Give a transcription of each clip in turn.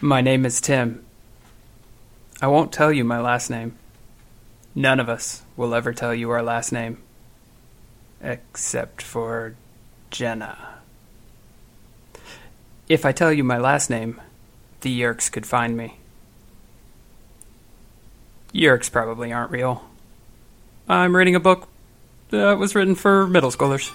My name is Tim. I won't tell you my last name. None of us will ever tell you our last name. Except for Jenna. If I tell you my last name, the Yerks could find me. Yerks probably aren't real. I'm reading a book that was written for middle schoolers.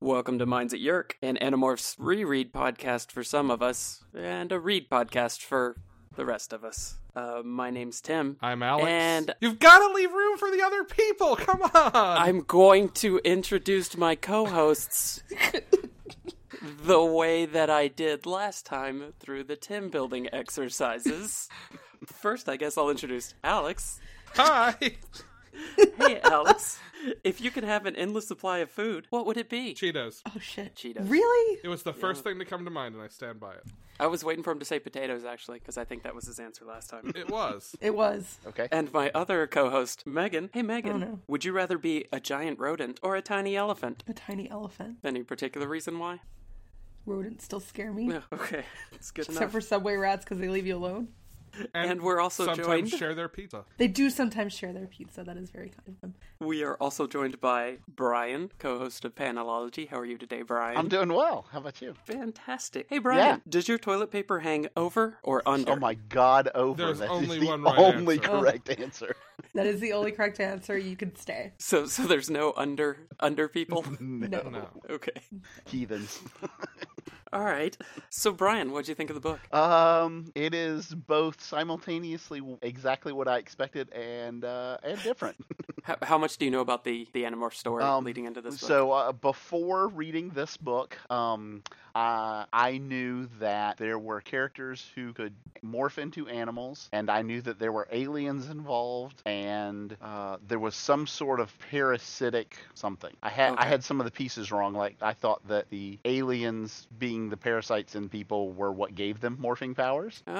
Welcome to Minds at Yerk, an Animorphs reread podcast for some of us, and a read podcast for the rest of us. Uh, my name's Tim. I'm Alex. And- you've got to leave room for the other people. Come on. I'm going to introduce my co hosts the way that I did last time through the Tim building exercises. First, I guess I'll introduce Alex. Hi. Hey, Alex. if you could have an endless supply of food, what would it be? Cheetos. Oh shit. Cheetos. Really? It was the first thing to come to mind, and I stand by it. I was waiting for him to say potatoes, actually, because I think that was his answer last time. It was. It was. And my other co host, Megan. Hey, Megan. no. Would you rather be a giant rodent or a tiny elephant? A tiny elephant. Any particular reason why? Rodents still scare me. No. Okay. It's good Except enough. for subway rats because they leave you alone. And we're also sometimes joined. share their pizza. They do sometimes share their pizza. That is very kind of them. We are also joined by Brian, co host of Panelology. How are you today, Brian? I'm doing well. How about you? Fantastic. Hey, Brian, Yeah. does your toilet paper hang over or under? Oh my God, over. There's That is only the one right only answer. correct answer. That is the only correct answer. You can stay. So, so there's no under under people. No. No. okay. Heathens. All right. So, Brian, what'd you think of the book? um, it is both simultaneously exactly what I expected and uh, and different. How, how much do you know about the the Animorph story Um, leading into this? book? So uh, before reading this book, um, uh, I knew that there were characters who could morph into animals, and I knew that there were aliens involved, and uh, there was some sort of parasitic something. I had Okay. I had some of the pieces wrong. Like I thought that the aliens being the parasites in people were what gave them morphing powers. Oh,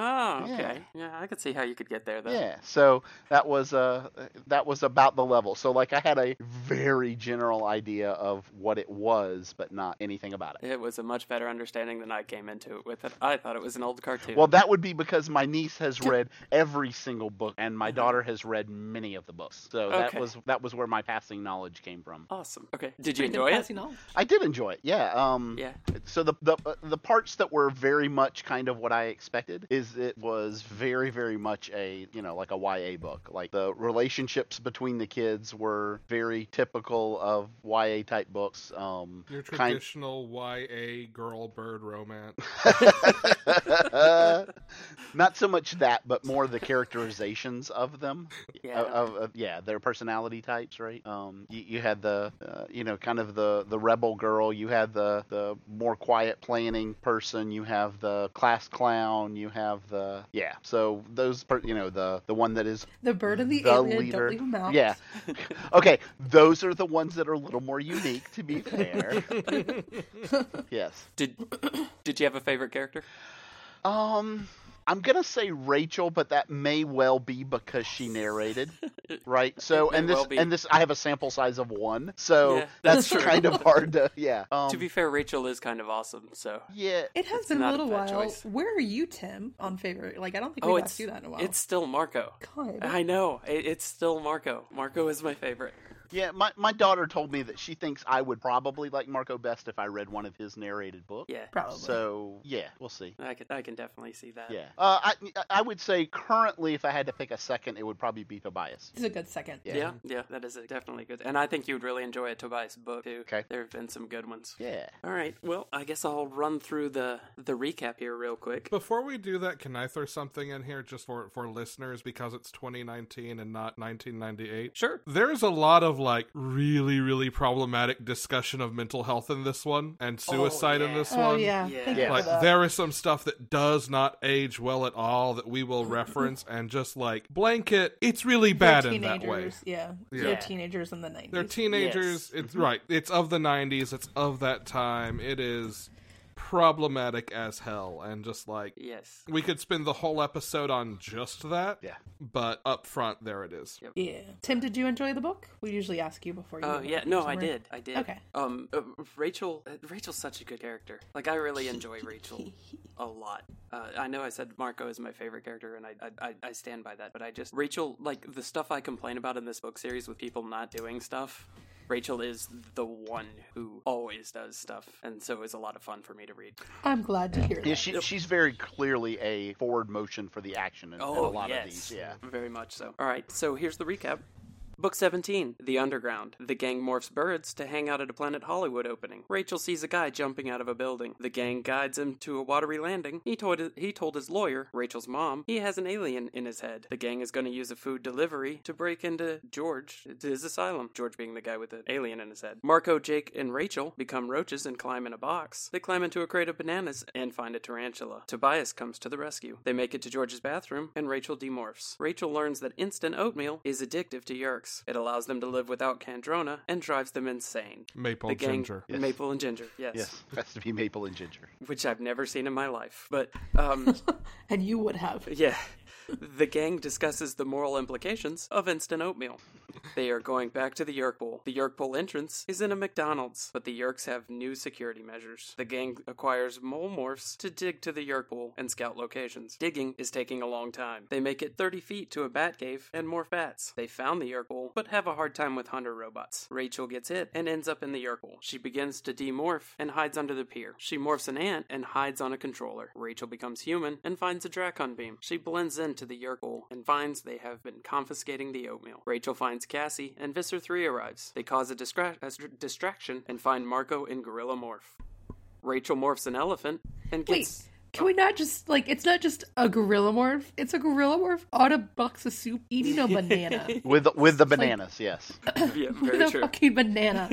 Yeah. okay. Yeah, I could see how you could get there though. Yeah, so that was uh that was about the level. So like I had a very general idea of what it was, but not anything about it. It was a much better understanding than I came into it with. It. I thought it was an old cartoon. Well, that would be because my niece has read every single book, and my daughter has read many of the books. So Mm-hmm. Okay. Oh. that was that was where my passing knowledge came from. awesome. Okay. Did you enjoy it? Passing knowledge. I did enjoy it. Yeah. Um, Yeah. So the, the uh, the parts that were very much kind of what I expected is it was very very much a you know like a YA book. Like the relationships between the kids were very typical of YA type books. Um, Your kind- traditional YA girl bird romance. not so much that, but more the characterizations of them. Yeah. Of, of, of- yeah, their personality types, right? Um, you, you had the, uh, you know, kind of the the rebel girl. You had the the more quiet planning person. You have the class clown. You have the yeah. So those, per, you know, the the one that is The bird and the, the alien. leader. Don't leave them out. Yeah. Okay, those are the ones that are a little more unique, to be fair. yes. Did Did you have a favorite character? Um, I'm gonna say Rachel, but that may well be because she narrated, right? So, It may and this well be. and this, I have a sample size of one, so Yeah, that's that's true. kind of hard to, yeah. Um, to be fair, Rachel is kind of awesome. So. yeah, It has It's been not a a little while. bad choice. Where are you, Tim, on favorite? Like, I don't think Oh, we've it's asked you that in a while. it's still Marco. God. I know. It, it's still Marco. Marco is my favorite. yeah. My my daughter told me that she thinks I would probably like Marco best if I read one of his narrated books. Yeah. Probably. So yeah, we'll see. I can I can definitely see that. Yeah. Uh, I I would say currently, if I had to pick a second, it would probably be Tobias. This is a good second. Yeah, yeah, that is definitely good. And I think you would really enjoy a Tobias book too. Okay. There have been some good ones. Yeah. All right. Well, I guess I'll run through the the recap here real quick. Before we do that, can I throw something in here just for, for listeners because it's 2019 and not 1998? Sure. There's a lot of of like really, really problematic discussion of mental health in this one and suicide in yeah. this one. Oh yeah. Yeah. Thank you Yeah. for Like uh, that. there is some stuff that does not age well at all that we will reference and just like blanket. It's really bad They're in that way. teenagers, Yeah. Yeah. They're teenagers in the 90s. They're teenagers. It's Mm-hmm. right. It's of the '90s. It's of that time. It is problematic as hell, and just like Yes. we could spend the whole episode on just that. Yeah. But up front, there it is. yeah. Tim, did you enjoy the book? We usually ask you before you. Oh read yeah, it no, somewhere. I did. I did. Okay. Um, uh, Rachel. uh, Rachel's such a good character. Like I really enjoy Rachel a lot. Uh, I know I said Marco is my favorite character, and I, I I- I stand by that. But I just Rachel, like the stuff I complain about in this book series with people not doing stuff. Rachel is the one who always does stuff, and so it's a lot of fun for me to read. I'm glad to hear Yeah, that. she, she's very clearly a forward motion for the action in, in a lot of these. Yeah. Oh, Very much so. All right, so here's the recap. Book 17, The Underground. The gang morphs birds to hang out at a Planet Hollywood opening. Rachel sees a guy jumping out of a building. The gang guides him to a watery landing. He told, he told his lawyer, Rachel's mom, he has an alien in his head. The gang is going to use a food delivery to break into George, to his asylum. George being the guy with the alien in his head. Marco, Jake, and Rachel become roaches and climb in a box. They climb into a crate of bananas and find a tarantula. Tobias comes to the rescue. They make it to George's bathroom, and Rachel demorphs. Rachel learns that instant oatmeal is addictive to Yerkes. It allows them to live without Candrona and drives them insane. Maple the gang, ginger. Yes. Maple and Ginger, yes, Yes. Has to be maple and ginger. which I've never seen in my life. But um, And you would have. Yeah. The gang discusses the moral implications of instant oatmeal. They are going back to the Yerk Bowl. The Yerk Bowl entrance is in a McDonald's, but the Yerks have new security measures. The gang acquires mole morphs to dig to the Yerk Bowl and scout locations. Digging is taking a long time. They make it 30 feet to a bat cave and morph bats. They found the Yerk Bowl, but have a hard time with hunter robots. Rachel gets hit and ends up in the Yerk Bowl. She begins to demorph and hides under the pier. She morphs an ant and hides on a controller. Rachel becomes human and finds a Dracon beam. She blends into the Yerkul and finds they have been confiscating the oatmeal. Rachel finds Cassie and Visser 3 arrives. They cause a, distra- a str- distraction and find Marco in Gorilla Morph. Rachel morphs an elephant and Wait, gets. can we not just like it's not just a gorilla morph? It's a gorilla morph on a box of soup eating a banana. With the, with the bananas, yes. Yeah, With very a true. fucking banana.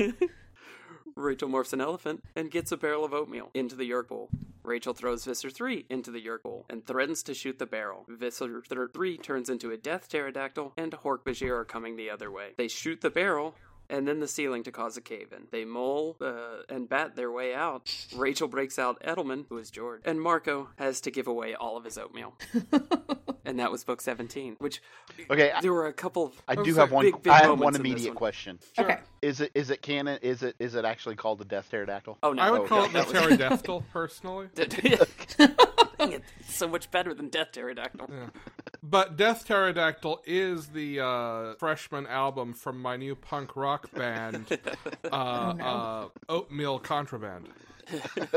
Rachel morphs an elephant and gets a barrel of oatmeal into the Yerk Bowl. Rachel throws Visser 3 into the Yerk Bowl and threatens to shoot the barrel. Visser 3 turns into a death pterodactyl, and Hork Bajir are coming the other way. They shoot the barrel and then the ceiling to cause a cave in. They mole uh, and bat their way out. Rachel breaks out Edelman, who is George, and Marco has to give away all of his oatmeal. and that was book 17, which Okay. I, there were a couple of. I oh, do sorry, have one. big, big I have one moments in this immediate one. question. Okay. Is it is it canon? Is it is it actually called the death pterodactyl? Oh, no. I would Oh, call yeah, it the that was- pterodactyl, personally. Dang it. So much better than Death Pterodactyl. But Death Pterodactyl is the uh, freshman album from my new punk rock band, uh, uh, Oatmeal Contraband.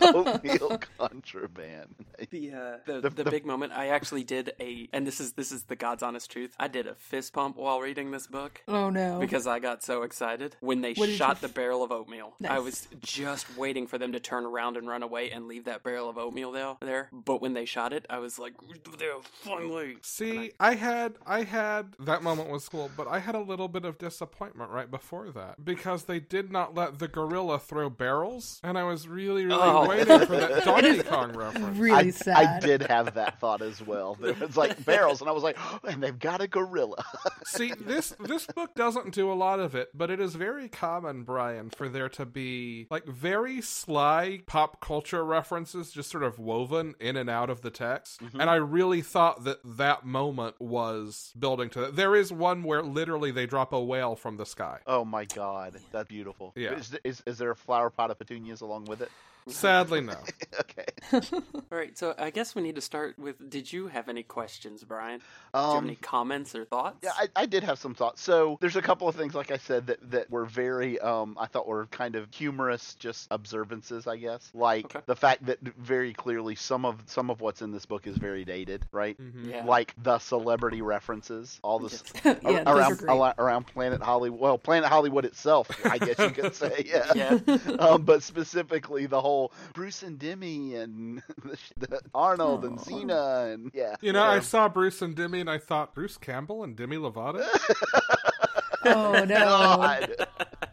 Oatmeal contraband. The, uh, the, the, big moment, I actually did a, and this is this is the God's honest truth. I did a fist pump while reading this book Oh no. because I got so excited when they did shot you- the barrel of oatmeal. I Nice. was just waiting for them to turn around and run away and leave that barrel of oatmeal there. There, but when they shot it, I was like, "They're finally." See, I had I had that moment was cool, but I had a little bit of disappointment right before that because they did not let the gorilla throw barrels, and I was really really Oh. waiting for that Donkey Kong reference. really I, sad. I did have that thought as well. There was like barrels, and I was like, and they've got a gorilla. See, this this book doesn't do a lot of it, but it is very common, Brian, for there to be like very sly pop culture references just sort of woven in and out of the text. And I really thought that that moment was building to that. There is one where literally they drop a whale from the sky. Oh my god, that's beautiful. Yeah. Is, is, is there a flower pot of petunias along with it? Sadly, no. okay. All right, so I guess we need to start with. Did you have any questions, Brian? Do you have Um, any comments or thoughts? yeah, I, I did have some thoughts. So there's a couple of things, like I said, that, that were very, um, I thought were kind of humorous, just observances, I guess. Like Okay. the fact that very clearly some of some of what's in this book is very dated, right? Yeah. Like the celebrity references, all this those are around great. al- around Planet Hollywood. Well, Planet Hollywood itself, I guess you could say, yeah. Yeah. um, but specifically the whole Bruce and Demi and the, sh- the Arnold and Xena and yeah. Um, You know, I saw Bruce and Demi, and I thought Bruce Campbell and Demi Lovato. Oh no, God.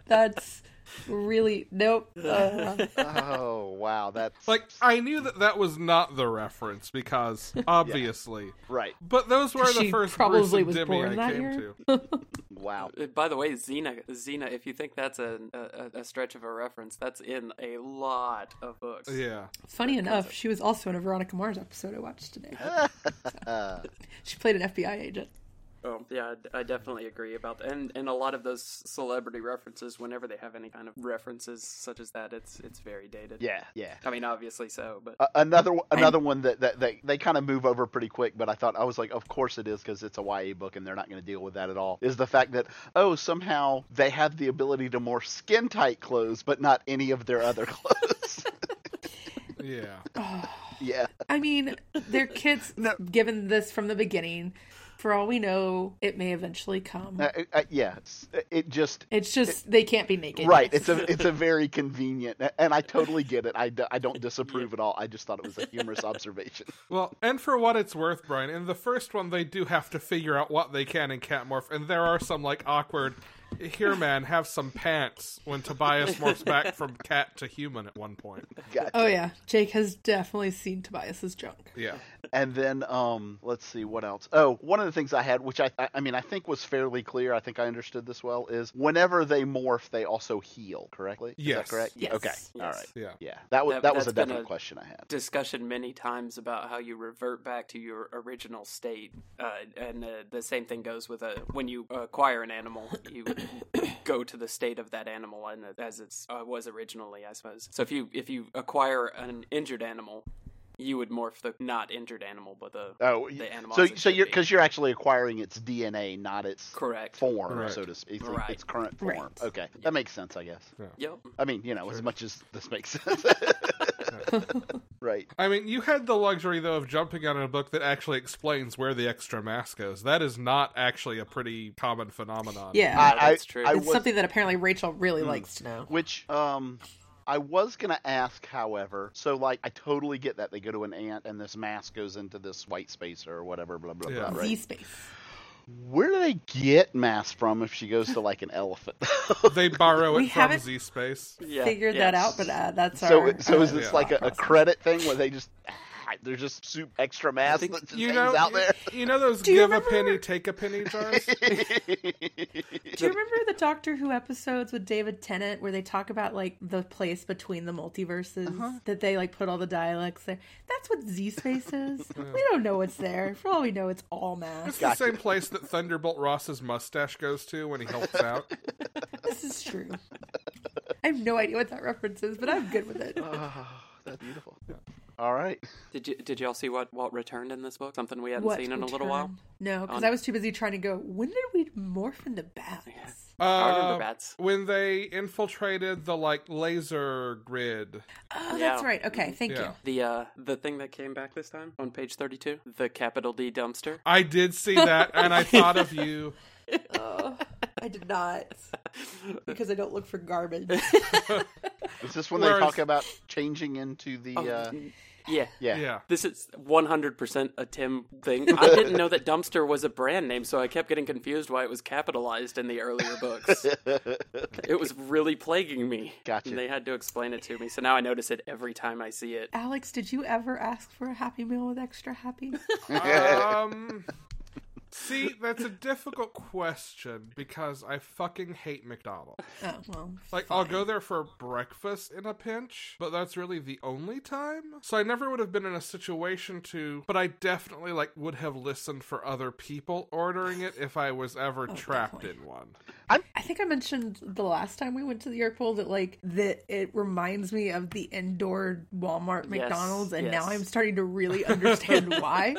that's really nope. Uh, oh wow, that's Like, I knew that that was not the reference because obviously, right. but those were the She first probably Bruce and was Demi born I that came year. to. Wow. Uh, By the way, Xena, Xena, if you think that's a, a a stretch of a reference, that's in a lot of books. Oh, Yeah, funny enough, she was also in a Veronica Mars episode I watched today. Uh, She played an FBI agent. Oh, yeah, I d- I definitely agree about that. And and a lot of those celebrity references, whenever they have any kind of references such as that, it's it's very dated. yeah, yeah. I mean, obviously so, but Uh, another one- another one that, that they, they kind of move over pretty quick, but I thought I was like, of course it is because it's a YA book and they're not going to deal with that at all. Is the fact that oh somehow they have the ability to more skin tight clothes, but not any of their other clothes. yeah. yeah, I mean, their kids given this from the beginning. For all we know, it may eventually come. uh, uh, yeah. It's- It just It's just they can't be naked. right. It's a it's a very convenient, and I totally get it. I, d- I don't disapprove at all. I just thought it was a humorous observation. Well, and for what it's worth, Brian, in the first one, they do have to figure out what they can and can't morph, and there are some like awkward. Here, man, have some pants. When Tobias morphs back from cat to human at one point, Gotcha. Oh yeah, Jake has definitely seen Tobias's junk. yeah, And then um, let's see what else. Oh, one of the things I had, which I, I I mean I think was fairly clear. I think I understood this well. Is whenever they morph, they also heal. Correctly? Is Yes. that correct? Yes. Okay. Yes. All right. yeah. Yeah. That was That- that, was a that's been definite a- question I had. discussion many times about how you revert back to your original state, uh, and uh, the same thing goes with a when you acquire an animal, you go to the state of that animal and as it uh, was originally, I suppose. So if you if you acquire an injured animal, you would morph the not injured animal, but the Oh, the y- animals so it so should you're be. because you're actually acquiring its DNA, not its correct. form, Correct. so to speak, its, Right. its current form. Right. Okay, that makes sense, I guess. Yep. I mean, you know, as much as this makes sense. right. I mean, you had the luxury though of jumping on a book that actually explains where the extra mask goes. That is not actually a pretty common phenomenon. Yeah, I, I, that's true. I It's it's was Hmm. something that apparently Rachel really likes to know. Which, um, I was gonna ask, however. So, like, I totally get that they go to an ant, and this mask goes into this white spacer or whatever. Blah blah Yeah. blah. Z Right? space. Where do they get masks from if she goes to like an elephant? They borrow We it from haven't- Z Space. Yeah. Figured yeah. that out, but uh, that's so, our. so is uh, this Yeah. like a, a process. credit thing where they just they're just soup extra masks think- that just You hangs know, out there? you know those you give a remember- penny, take a penny jars. Do you remember the Doctor Who episodes with David Tennant where they talk about like the place between the multiverses that they like put all the dialects there? That's what Z space is. we don't know what's there. For all we know, it's all It's math. the same place that Thunderbolt Ross's mustache goes to when he helps out. This is true. I have no idea what that reference is, but I'm good with it. Oh, that's beautiful. All right. Did you did y'all see what what returned in this book? Something we hadn't What seen in a little return? while. No, because On- I was too busy trying to go. When did we morph into bats? I remember Uh, bats. When they infiltrated the like laser grid. Oh, Yeah. that's right. Okay, thank Yeah. you. The uh the thing that came back this time on page thirty two, the capital D dumpster. I did see that and I thought of you. Oh, I did not because I don't look for garbage. Is this when Whereas- they talk about changing into the? Oh. Uh, Yeah. yeah. Yeah. This is 100% a Tim thing. I didn't know that dumpster was a brand name, so I kept getting confused why it was capitalized in the earlier books. it was really plaguing me. Gotcha. And they had to explain it to me, so now I notice it every time I see it. Alex, did you ever ask for a happy meal with extra happy? Um See, that's a difficult question because I fucking hate McDonald's. oh well. Like, I'll go there for breakfast in a pinch, but that's really the only time. So I never would have been in a situation to, but I definitely like would have listened for other people ordering it if I was ever trapped in one. I think I mentioned the last time we went to the airport that like that it reminds me of the indoor Walmart McDonald's, and now yes. I'm starting to really understand why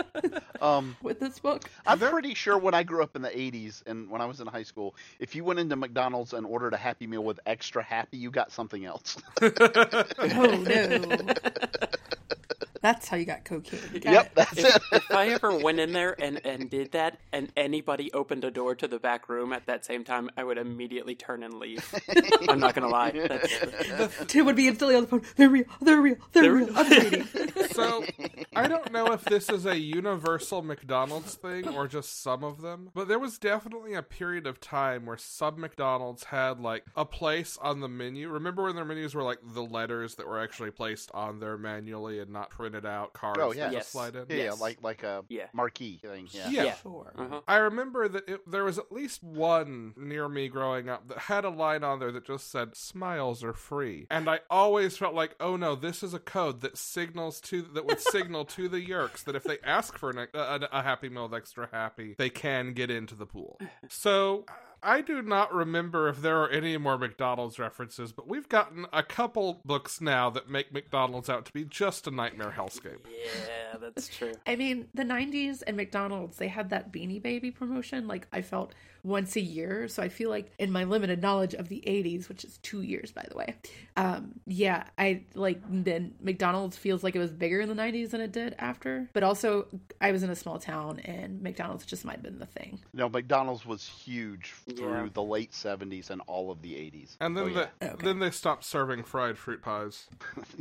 Um, with this book. I'm pretty sure when I grew up in the 80s and when I was in high school, if you went into McDonald's and ordered a Happy Meal with extra Happy, you got something else. Oh no. Oh, That's how you got cocaine. Got Yep, it. that's If, it. if I ever went in there and, and did that, and anybody opened a door to the back room at that same time, I would immediately turn and leave. I'm not gonna lie. That's, Tim would be instantly on the phone. They're real. They're real. They're, They're real. real." I'm bleeding. So I don't know if this is a universal McDonald's thing or just some of them, but there was definitely a period of time where some McDonald's had like a place on the menu. Remember when their menus were like the letters that were actually placed on there manually and not printed out cards Oh, that yeah. just Yes. slide in? yeah, Yes. like like a yeah. marquee thing. Yeah. Yeah. Sure. Uh-huh. I remember that it, there was at least one near me growing up that had a line on there that just said "smiles are free," and I always felt like, "Oh no, this is a code that signals to that would signal to the Yerks that if they ask for an, a, a, a Happy Meal with extra happy, they can get into the pool." So. I do not remember if there are any more McDonald's references, but we've gotten a couple books now that make McDonald's out to be just a nightmare hellscape. Yeah, that's true. I mean, the 90s and McDonald's, they had that Beanie Baby promotion, like I felt once a year. So I feel like in my limited knowledge of the 80s, which is two years, by the way, um, yeah, I like then McDonald's feels like it was bigger in the 90s than it did after. But also, I was in a small town and McDonald's just might have been the thing. No, McDonald's was huge through Yeah. the late seventies and all of the eighties. And then, oh, yeah. the, Okay. then they stopped serving fried fruit pies.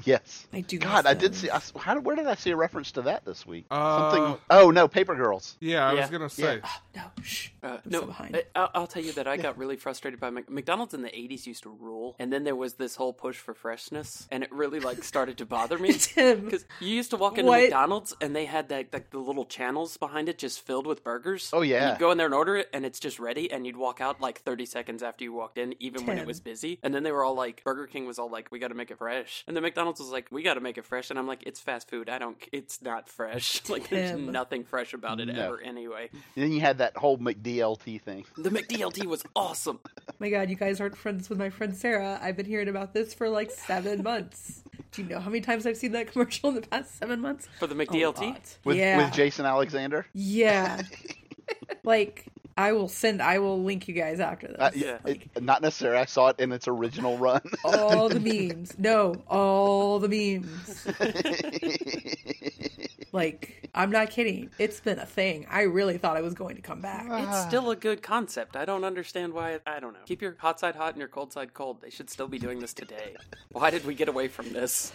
yes. I do. God, miss I did those. see. I s how, did- where did I see a reference to that this week? Uh, Something. Oh no, Paper Girls. Yeah, I was Yeah. gonna say. No, shh. Uh, I'm no, so behind. I- I'll, I'll tell you that I got really frustrated by Mc- McDonald's in the '80s used to rule, and then there was this whole push for freshness, and it really like started to bother me. Tim. Because you used to walk into What? McDonald's and they had that like the little channels behind it just filled with burgers. Oh, yeah. And you'd go in there and order it, and it's just ready, and you'd walk out like 30 seconds after you walked in, even when Tim. it was busy. And then they were all like, Burger King was all like, "We got to make it fresh," and then McDonald's was like, "We got to make it fresh," and I'm like, "It's fast food. I don't. It's not fresh. Like there's Tim. nothing fresh about it No. ever anyway." And then you had that whole McDLT thing. The McDLT was awesome. My God, you guys aren't friends with my friend Sarah. I've been hearing about this for like seven months. Do you know how many times I've seen that commercial in the past seven months? For the A McDLT? lot. with yeah. with Jason Alexander. Yeah. like, I will send, I will link you guys after this. Uh, Yeah. it- not necessarily. I saw it in its original run. Oh, all the memes. No, all the memes. like, I'm not kidding. It's been a thing. I really thought I was going to come back. It's still a good concept. I don't understand why. It, I don't know. Keep your hot side hot and your cold side cold. They should still be doing this today. Why did we get away from this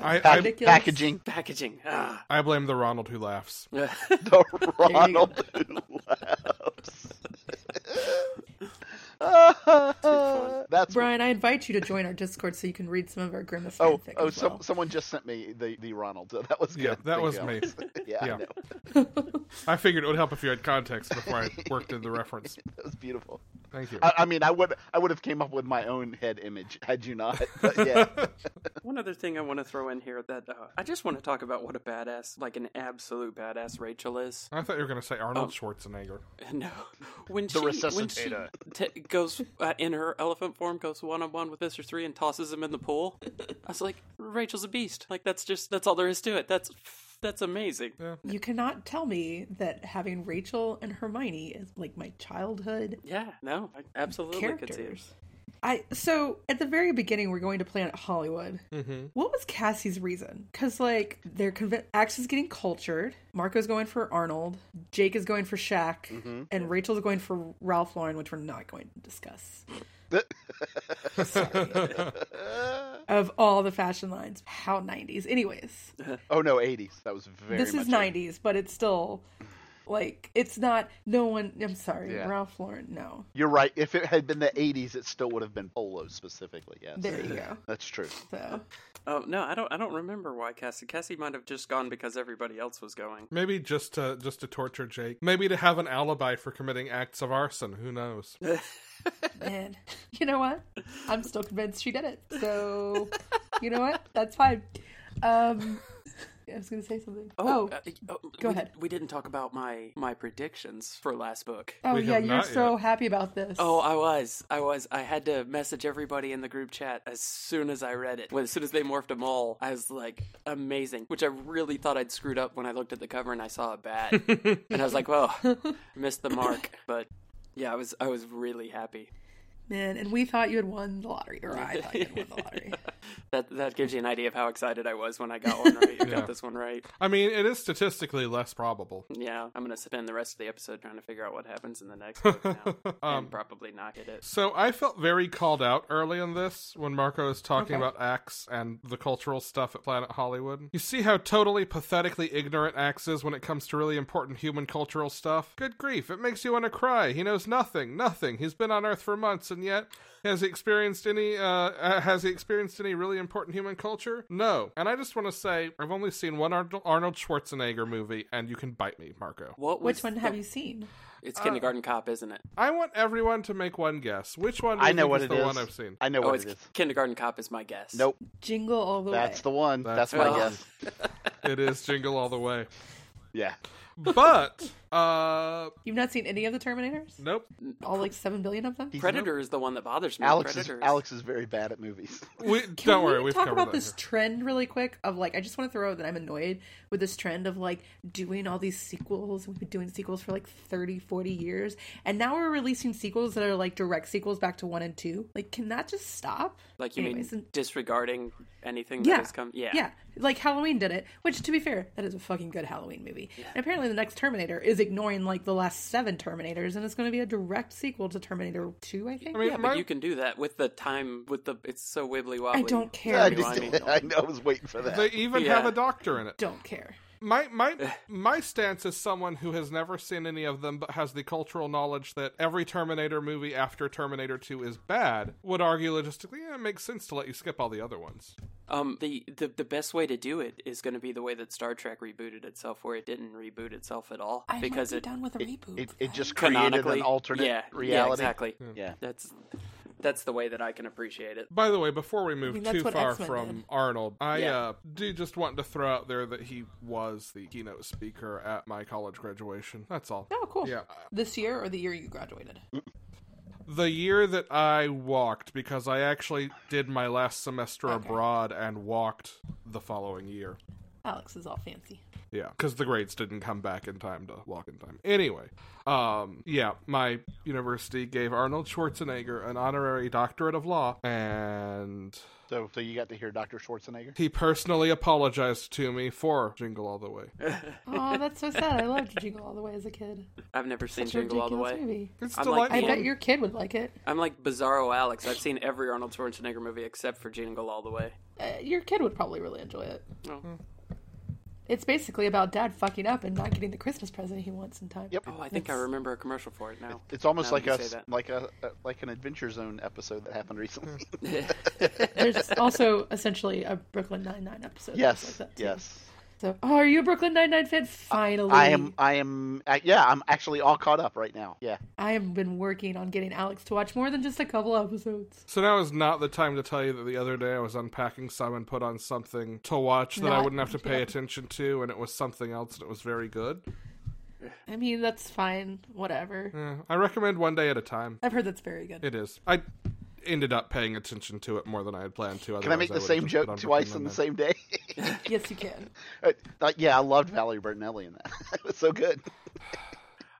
I, Pack- I Ridiculous. packaging packaging? Ah. I blame the Ronald who laughs. the Ronald Labs. That's Brian, I invite you to join our Discord so you can read some of our Grimace Oh, fanfic oh! as Some, well. someone just sent me the, the Ronald. So that was good. Yeah, that Thank was you. me. yeah, Yeah. I know. I figured it would help if you had context before I worked in the reference. that was beautiful. Thank you. I, I mean, I would I would have came up with my own head image had you not. But yeah, One other thing I want to throw in here that uh, I just want to talk about what a badass, like an absolute badass Rachel is. I thought you were gonna say Arnold Schwarzenegger. No, when The she when she resuscitator. t- goes uh, in her elephant form, goes one on one with Mister Three and tosses him in the pool. I was like, Rachel's a beast. Like that's just that's all there is to it. That's that's amazing. You cannot tell me that having Rachel and Hermione is like my childhood Yeah, no, I absolutely could see it. characters. I so at the very beginning we're going to Planet Hollywood. What was Cassie's reason? Because like their conv- Ax is getting cultured. Marco's going for Arnold. Jake is going for Shaq, and Rachel's going for Ralph Lauren, which we're not going to discuss. Sorry. of all the fashion lines, how '90s. Anyways, oh no, eighties. That was very. this much is 90s but it's still like it's not no one i'm sorry Yeah. ralph lauren no You're right. If it had been the eighties, it still would have been polo specifically. Yes, there you go that's true. so Oh no, I don't. I don't remember why Cassie. Cassie might have just gone because everybody else was going. Maybe just to just to torture Jake. Maybe to have an alibi for committing acts of arson. Who knows? man you know what i'm still convinced she did it so you know what that's fine um i was gonna say something oh uh, oh, go we- ahead. We didn't talk about my my predictions for last book. oh we yeah have you're not so yet. happy about this Oh, I was, I was. I had to message everybody in the group chat as soon as I read it. Well, as soon as they morphed a mole, I was like, amazing. Which I really thought I'd screwed up when I looked at the cover and I saw a bat, and I was like, well, missed the mark. But yeah, I was, I was really happy. man and we thought you had won the lottery or i thought you had won the lottery That that gives you an idea of how excited I was when I got one right. You Yeah. got this one right. I mean, it is statistically less probable. Yeah, I'm gonna spend the rest of the episode trying to figure out what happens in the next book now, Um, and probably not get it. So I felt very called out early in this when Marco is talking Okay. about Axe and the cultural stuff at Planet Hollywood. You see how totally pathetically ignorant Axe is when it comes to really important human cultural stuff? Good grief, it makes you want to cry. He knows nothing, nothing. He's been on Earth for months and yet has he experienced any uh, uh has he experienced any really important human culture? No. And I just want to say I've only seen one Arnold Arnold Schwarzenegger movie and you can bite me, Marco. What was Which one the- have you uh, seen? It's Kindergarten Cop, isn't it? I want everyone to make one guess. Which one do you I know think what is it the is. one I've seen? I know oh, what it's it is. Kindergarten Cop is my guess. Nope, Jingle all the that's way. the one. That's That's, my the one. guess. It is Jingle All the Way. Yeah. But uh You've not seen any of the Terminators? nope. All like seven billion of them. He's- Predator is the one that bothers me. Alex is, Predator. is- Alex is very bad at movies. We Can don't we worry, we've talk covered about that this trend really quick of like I just want to throw out that I'm annoyed with this trend of like doing all these sequels. We've been doing sequels for like 30, 40 years, and now we're releasing sequels that are like direct sequels back to one and two. Like, can that just stop? Like you Anyways, mean and- disregarding anything that Yeah. has come? Yeah. Yeah. Like Halloween did it, which to be fair, that is a fucking good Halloween movie. And apparently the next Terminator is ignoring like the last seven Terminators and it's gonna be a direct sequel to Terminator two, I think. I mean, Yeah, but my- you can do that with the time, with the it's so wibbly I wobbly. don't care. I, you just- want me? I know, I was waiting for that. They even Yeah. have a doctor in it. don't care. My my my stance is someone who has never seen any of them but has the cultural knowledge that every Terminator movie after Terminator 2 is bad would argue logistically yeah, it makes sense to let you skip all the other ones. Um, the, the the best way to do it is going to be the way that Star Trek rebooted itself, where it didn't reboot itself at all I because it done with a It- reboot. It, it just created canonically an alternate yeah, Yeah, reality. Hmm. exactly. Yeah. That's that's the way that I can appreciate it. By the way, before we move mean, that's too what far X-Men from did. Arnold, I Yeah. uh, do just want to throw out there that he was the keynote speaker at my college graduation. That's all. Oh, cool. Yeah. This year or the year you graduated? Mm. The year that I walked, because I actually did my last semester abroad and walked the following year. Alex is all fancy. Yeah, because the grades didn't come back in time to walk in time. Anyway, um, yeah, my university gave Arnold Schwarzenegger an honorary doctorate of law, and So, so you got to hear Dr. Schwarzenegger? he personally apologized to me for Jingle All the Way. Oh, that's so sad. I loved Jingle All the Way as a kid. I've never seen It's a Jingle All the ridiculous Way. movie. It's I'm like, delightful. I Yeah. bet your kid would like it. I'm like Bizarro Alex. I've seen every Arnold Schwarzenegger movie except for Jingle All the Way. Uh, your kid would probably really enjoy it. Hmm. Oh, It's basically about dad fucking up and not getting the Christmas present he wants in time. Yep. oh I think I remember a commercial for it now. It's almost Now like that a, you say that. like a a- like an Adventure Zone episode that happened recently. There's also essentially a Brooklyn Nine Nine episode. that's yes, like that too. yes. So, oh, are you a Brooklyn Nine Nine fan? Finally, I am. I am. I, yeah, I'm actually all caught up right now. Yeah. I have been working on getting Alex to watch more than just a couple episodes. So now is not the time to tell you that the other day I was unpacking some and put on something to watch that I Not- wouldn't have to pay yeah. attention to, and it was something else and it was very good. I mean, that's fine. Whatever. Yeah, I recommend one day at a time. I've heard that's very good. It is. I ended up paying attention to it more than I had planned to. Can I make the same joke twice on the same day? Yes, you can. Uh, uh, yeah, I loved Valerie Bertinelli in that. it was so good.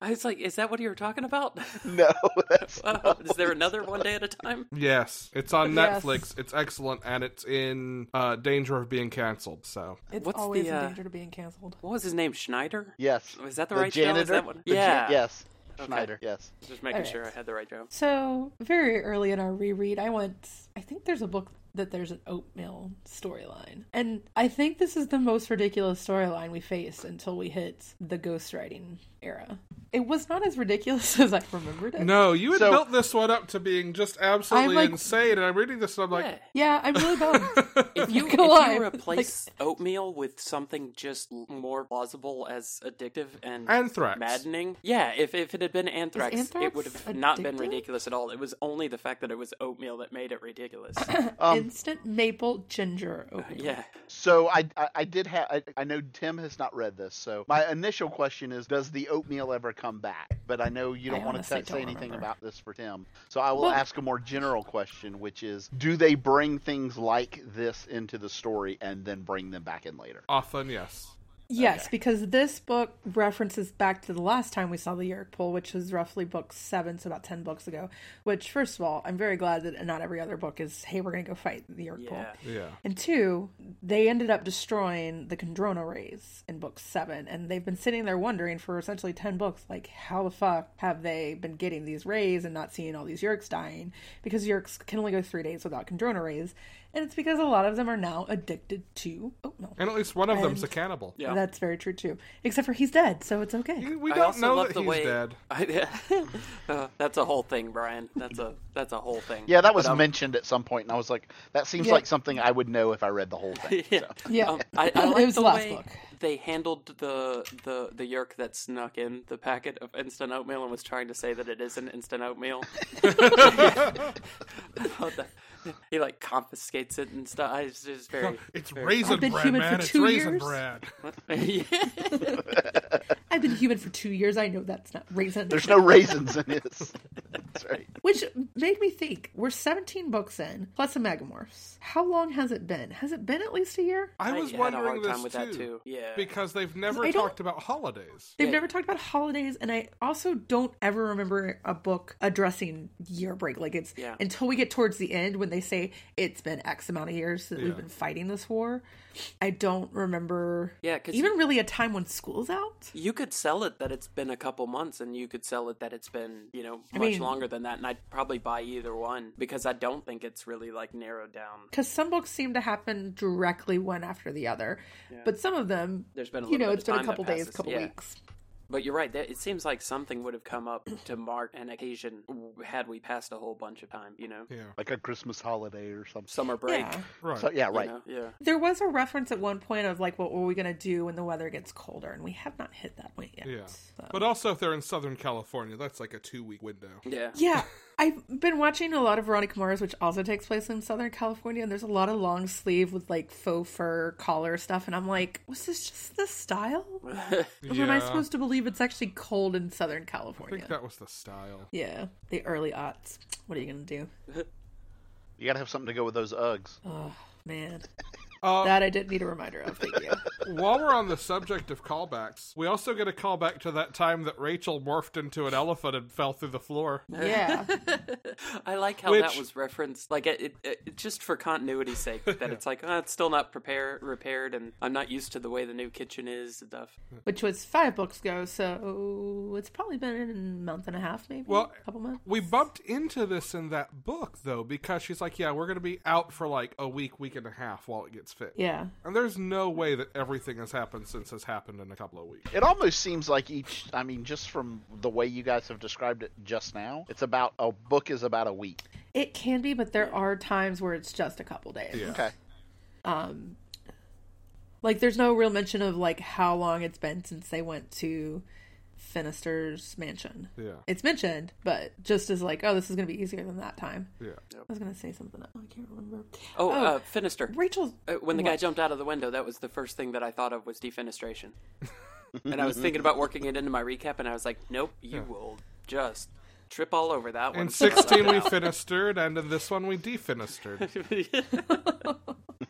I was like, is that what you were talking about? No, that's Oh, is there another one day at a time? Yes, it's on Yes. Netflix. It's excellent, and it's in uh, danger of being canceled. So It's What's always the, uh, in danger to being canceled. What was his name? Schneider? yes. Is that the, the right show? janitor? Is that one? The jan- Yeah. yes. Schneider. Yes. Just making Alright. sure I had the right joke. So very early in our reread, I went. I think there's a book that there's an oatmeal storyline, and I think this is the most ridiculous storyline we faced until we hit the ghostwriting era. It was not as ridiculous as I remembered it. no, you had So- built this one up to being just absolutely like- insane, and I'm reading this, and I'm like, Yeah. Yeah, I'm really bummed. If you, if Go you on. replace oatmeal with something just l- more plausible as addictive and Anthrax. maddening, yeah, if, if it had been anthrax, it anthrax would have not been addictive? ridiculous at all. It was only the fact that it was oatmeal that made it ridiculous. um, Instant maple ginger oatmeal. yeah. So I, I, I did have. I, I know Tim has not read this. So my initial question is, does the oatmeal ever come back? But I know you don't I want to honestly say don't anything remember. about this for Tim. So I will Well- ask a more general question, which is, do they bring things like this into the story and then bring them back in later? often yes. Yes, because this book references back to the last time we saw the York Pole, which was roughly book seven, so about 10 books ago. Which, first of all, I'm very glad that not every other book is, hey, we're going to go fight the York Pole. Yeah. Yeah. And two, they ended up destroying the Condrona rays in book seven, and they've been sitting there wondering for essentially ten books, like how the fuck have they been getting these rays and not seeing all these Yurks dying? Because Yurks can only go three days without Condrona rays, and it's because a lot of them are now addicted to. Oh no, And at least one of them's a cannibal. Yeah. that's very true too. Except for he's dead, so it's okay. We I don't also know love that the he's way. dead. I- uh, that's a whole thing, Brian. That's a that's a whole thing. Yeah, that was But, um, mentioned at some point, and I was like, that seems Yeah. like something I would know if I read the whole thing. yeah. Yeah. Um, I, I It like was the the last way book. they handled the the the yerk that snuck in the packet of instant oatmeal and was trying to say that it is an instant oatmeal. I thought that- he like confiscates it and stuff. I was just very. It's I've raisin been bread, human for man. It's two raisin years. bread. I've been human for two years. I know that's not raisin. There's no raisins in this. That's right. Which made me think we're 17 books in, plus a Megamorphs. How long has it been? Has it been at least a year? I was had a hard wondering time this with too, that, too. Yeah. because they've never I don't- talked about holidays. They've never talked about holidays, and I also don't ever remember a book addressing year break. Like it's Yeah. until we get towards the end when they say it's been X amount of years that Yeah. we've been fighting this war. I don't remember. Yeah, 'cause even really a time when school's out. You could sell it that it's been a couple months, and you could sell it that it's been, you know, much mean- longer than that, and I'd probably buy either one because I don't think it's really like narrowed down. Because some books seem to happen directly one after the other, but some of them, There's been a you little know, bit it's been of a time that couple days, passes, couple yeah. weeks. But you're right. That, it seems like something would have come up to mark an occasion had we passed a whole bunch of time. You know, Yeah. Like a Christmas holiday or something. summer break. Yeah. Right. So, yeah, you right. know? Yeah. There was a reference at one point of like, what were we going to do when the weather gets colder? And we have not hit that point yet. yeah. so. But also, if they're in Southern California, that's like a two week window. Yeah. yeah, I've been watching a lot of Veronica Mars, which also takes place in Southern California. And there's a lot of long sleeve with like faux fur collar stuff. And I'm like, was this just the style? Or am I Yeah. supposed to believe it's actually cold in I Southern think California? that was the style. yeah, the early aughts. What are you going to do? You gotta have something to go with those Uggs. Man, Uh, that I didn't need a reminder of. Thank you. While we're on the subject of callbacks, we also get a callback to that time that Rachel morphed into an elephant and fell through the floor. Yeah. I like how that Which- was referenced. Like, it, it, it- just for continuity's sake, that it's like, oh, it's still not prepare, repaired, and I'm not used to the way the new kitchen is and stuff. Which was five books ago. So it's probably been a month and a half, maybe? Well, a couple months? We bumped into this in that book, though, because she's like, yeah, we're going to be out for like a week, week and a half while it gets fixed. Yeah. And there's no way that everything has happened since has happened in a couple of weeks. It almost seems like each, I mean, just from the way you guys have described it just now, it's about a book is about a week. It can be, but there are times where it's just a couple days. Yeah. Okay. Like there's no real mention of like how long it's been since they went to Finister's mansion. Yeah. It's mentioned, but just as like, oh, this is gonna be easier than that time. Yeah. I was gonna say something else. I can't remember. Oh, uh, Finister. Rachel's Uh, when the guy what? jumped out of the window, that was the first thing that I thought of was defenestration. and I was thinking about working it into my recap, and I was like, nope, you will just trip all over that one. In 16, we finistered, and in this one, we definistered.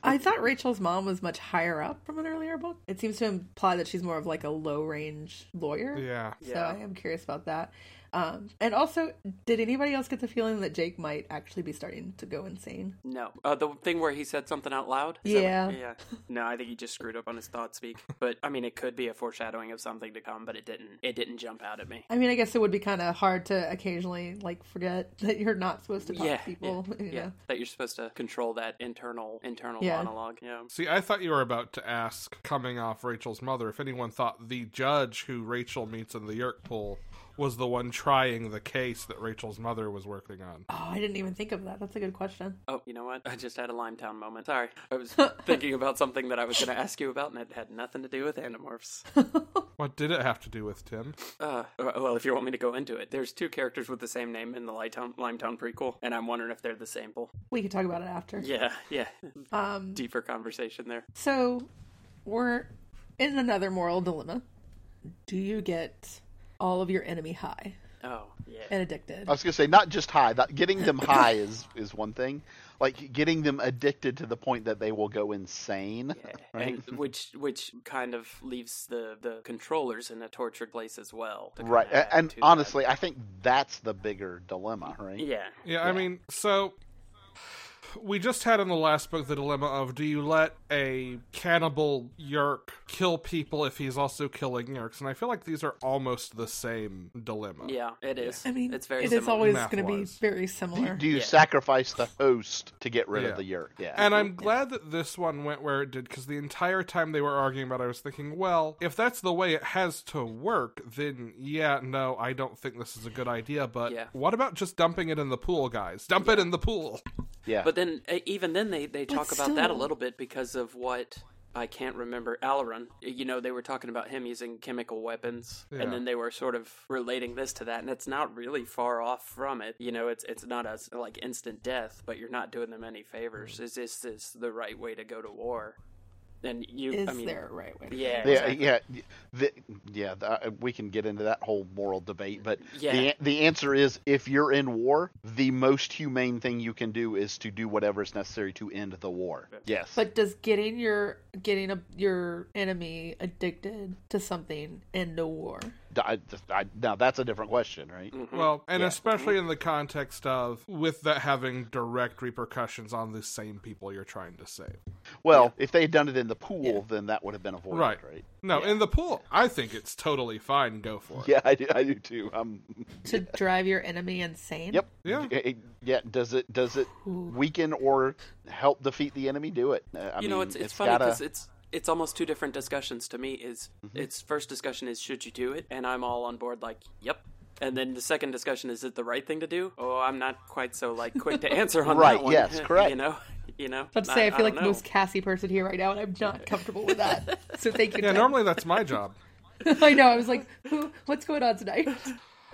I thought Rachel's mom was much higher up from an earlier book. It seems to imply that she's more of like a low range lawyer. Yeah. So I am curious about that. Um, and also, did anybody else get the feeling that Jake might actually be starting to go insane? No. Uh, the thing where he said something out loud? Is Yeah. That, yeah. No, I think he just screwed up on his thought speak. But I mean, it could be a foreshadowing of something to come, but it didn't. It didn't jump out at me. I mean, I guess it would be kind of hard to occasionally like forget that you're not supposed to talk yeah, to people. yeah, you yeah. know? That you're supposed to control that internal internal Yeah. monologue. Yeah. See, I thought you were about to ask, coming off Rachel's mother, if anyone thought the judge who Rachel meets in the Yerk pool was the one trying the case that Rachel's mother was working on. Oh, I didn't even think of that. That's a good question. Oh, you know what? I just had a Limetown moment. Sorry. I was thinking about something that I was going to ask you about, and it had nothing to do with Animorphs. What did it have to do with Tim? Uh, well, if you want me to go into it, there's two characters with the same name in the Limetown, Limetown prequel, and I'm wondering if they're the same. people. We could talk about it after. Yeah, yeah. Um, Deeper conversation there. So we're in another moral dilemma. Do you get all of your enemy high Oh, yeah. and addicted? I was gonna say not just high. That, getting them high is is one thing, like getting them addicted to the point that they will go insane. Yeah. Right? And which which kind of leaves the the controllers in a tortured place as well. to kinda Right. add A- And to that. honestly, I think that's the bigger dilemma, right? yeah, Yeah, I mean, so we just had in the last book the dilemma of do you let a cannibal yerk kill people if he's also killing yerks? And I feel like these are almost the same dilemma. yeah, it is. I mean, it's very. it similar. is always Math going to be wise. very Do you, similar. do you Yeah. sacrifice the host to get rid Yeah. of the yerk? Yeah. And I'm glad that this one went where it did because the entire time they were arguing about, it, I was thinking, well, if that's the way it has to work, then yeah, no, I don't think this is a good idea. But Yeah. what about just dumping it in the pool, guys? Dump it in the pool. yeah. But then, uh, even then, they, they talk about that a still- little bit because of what I can't remember. Alaran, you know, they were talking about him using chemical weapons, Yeah. and then they were sort of relating this to that, and it's not really far off from it. You know, it's it's not as like instant death, but you're not doing them any favors. Is this is the right way to go to war? And you, Is I mean, there a right way? to- yeah, Yeah, exactly. yeah, y- the, yeah. The, uh, we can get into that whole moral debate, but Yeah. the the answer is if you're in war, the most humane thing you can do is to do whatever is necessary to end the war. Yes, But does getting your getting a, your enemy addicted to something end a war? D- I- just- I- now that's a different question, right? Mm, Well, and Yeah. especially in the context of with that having direct repercussions on the same people you're trying to save. Well, if they had done it in the pool, then that would have been avoided, Right. right? No, in the pool, I think it's totally fine. Go for it. Yeah, I do. I do too. Um, To drive your enemy insane? yep. Yeah. It- it- yeah. Does it does it weaken or help defeat the enemy? Do it. Uh, I you know, mean, it's it's, it's funny gotta- Mm-hmm. because it's it's almost two different discussions to me. Is its first discussion is should you do it, and I'm all on board, like yep. And then the second discussion is it the right thing to do? Oh, I'm not quite so like quick to answer on Right, that one. yes, correct. You know, you know. Let's say I, feel like don't the most know. Cassie person here right now, and I'm not comfortable with that. so thank you. Yeah, Ted. normally that's my job. I know. I was like, Who, what's going on tonight?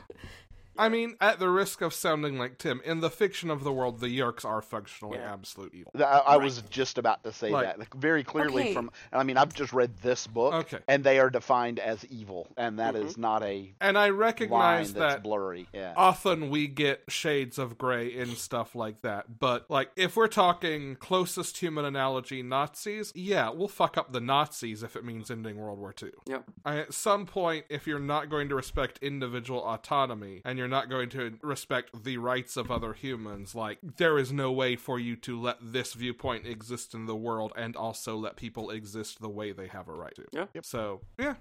I mean, at the risk of sounding like Tim, in the fiction of the world, the Yerks are functionally Yeah. absolute evil. Th- I, I was just about to say Like- that like, very clearly Okay. from. and I mean, I've just read this book, Okay. and they are defined as evil, and that is Mm-hmm. not a And I line recognize that's that blurry. Yeah, often we get shades of gray in stuff like that. But like if we're talking closest human analogy Nazis, yeah, we'll fuck up the Nazis if it means ending World War II. Yep. I- at some point if you're not going to respect individual autonomy and you're not going to respect the rights of other humans, like there is no way for you to let this viewpoint exist in the world and also let people exist the way they have a right to. Yeah. So, yeah.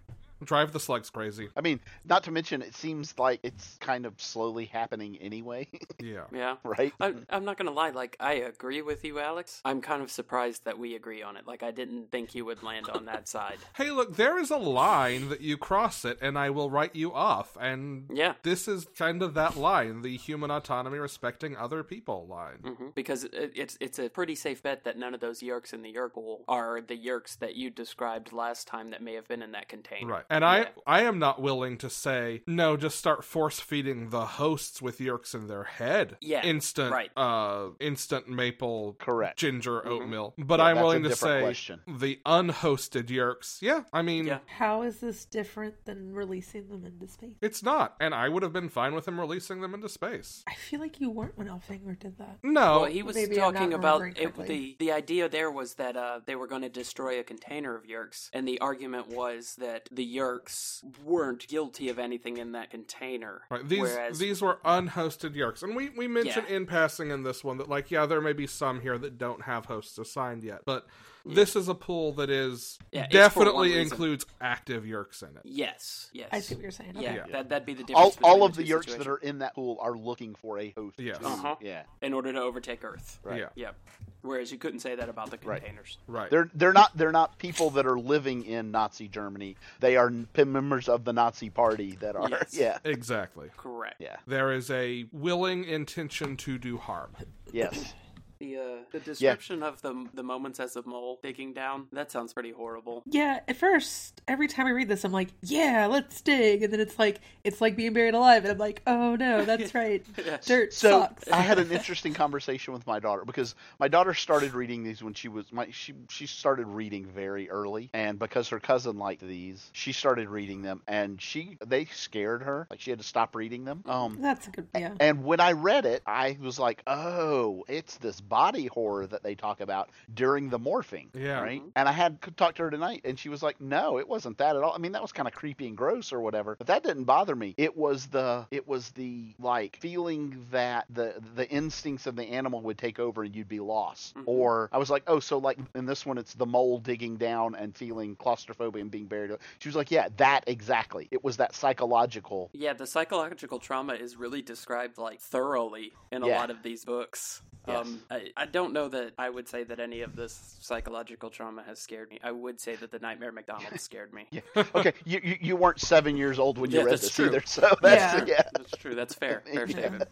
Drive the slugs crazy. I mean, not to mention it seems like it's kind of slowly happening anyway, Yeah. Yeah. right? I'm, I'm not gonna lie. Like I agree with you, Alex. I'm kind of surprised that we agree on it. Like I didn't think you would land on that side. hey, look, there is a line that you cross it and I will write you off. And Yeah. this is kind of that line the human autonomy respecting other people line. hmm Because it, it's it's a pretty safe bet that none of those yerks in the yerk pool are the yerks that you described last time that may have been in that container. Right. And I I am not willing to say no just start force feeding the hosts with yerks in their head. Yeah, Instant right. Mm-hmm. uh instant maple Correct. ginger oatmeal. But Yeah, I'm that's a willing to different say question. the unhosted yerks. Yeah. I mean Yeah. How is this different than releasing them into space? it's not. And I would have been fine with him releasing them into space. I feel like you weren't when Elfinger did that. No. Well, he was Maybe I'm not talking about remembering it, the correctly. the idea there was that uh, they were going to destroy a container of Yerks, and the argument was that the Yerks weren't guilty of anything in that container. Right. These whereas, these were unhosted Yerks. And we, we mentioned Yeah. in passing in this one that like, yeah, there may be some here that don't have hosts assigned yet, but this is a pool that is Yeah, it's for one definitely reason. includes active Yerks in it. yes, yes, I see what you're saying. yeah, Okay. Yeah. That that'd be the all difference. all between of the two yerks that situations. are in that pool are looking for a host. Yes. to- Uh-huh. Yeah, in order to overtake Earth. right. Yeah. Yep. Whereas you couldn't say that about the containers. Right. They're they're not they're not people that are living in Nazi Germany. They are n- members of the Nazi Party that are Yes. yeah exactly. Correct. yeah There is a willing intention to do harm. yes. The uh, the description of the the moments as a mole digging down that sounds pretty horrible. Yeah, at first, every time I read this, I'm like, yeah, let's dig. And then it's like, it's like being buried alive. And I'm like, oh no, that's right. Dirt so uh, sucks. I had an interesting conversation with my daughter because my daughter started reading these when she was my she she started reading very early and because her cousin liked these she started reading them and she they scared her like she had to stop reading them um That's a good, yeah. and when I read it I was like oh it's this body horror that they talk about during the morphing. Yeah. Right. And I had talked to her tonight, and she was like, "No, it wasn't that at all. I mean, that was kind of creepy and gross or whatever, but that didn't bother me. It was the it was the like feeling that the the instincts of the animal would take over and you'd be lost. Mhm. Or I was like, oh, so like in this one, it's the mole digging down and feeling claustrophobia and being buried. She was like, yeah, that exactly. It was that psychological. Yeah, the psychological trauma is really described like thoroughly in a Yeah. lot of these books. Um, I, I don't know that I would say that any of this psychological trauma has scared me. I would say that the Nightmare McDonald scared me. Yeah. Okay, you, you you weren't seven years old when you Yeah, read that's this true. either, so that's yeah. That's true. That's fair. Fair statement.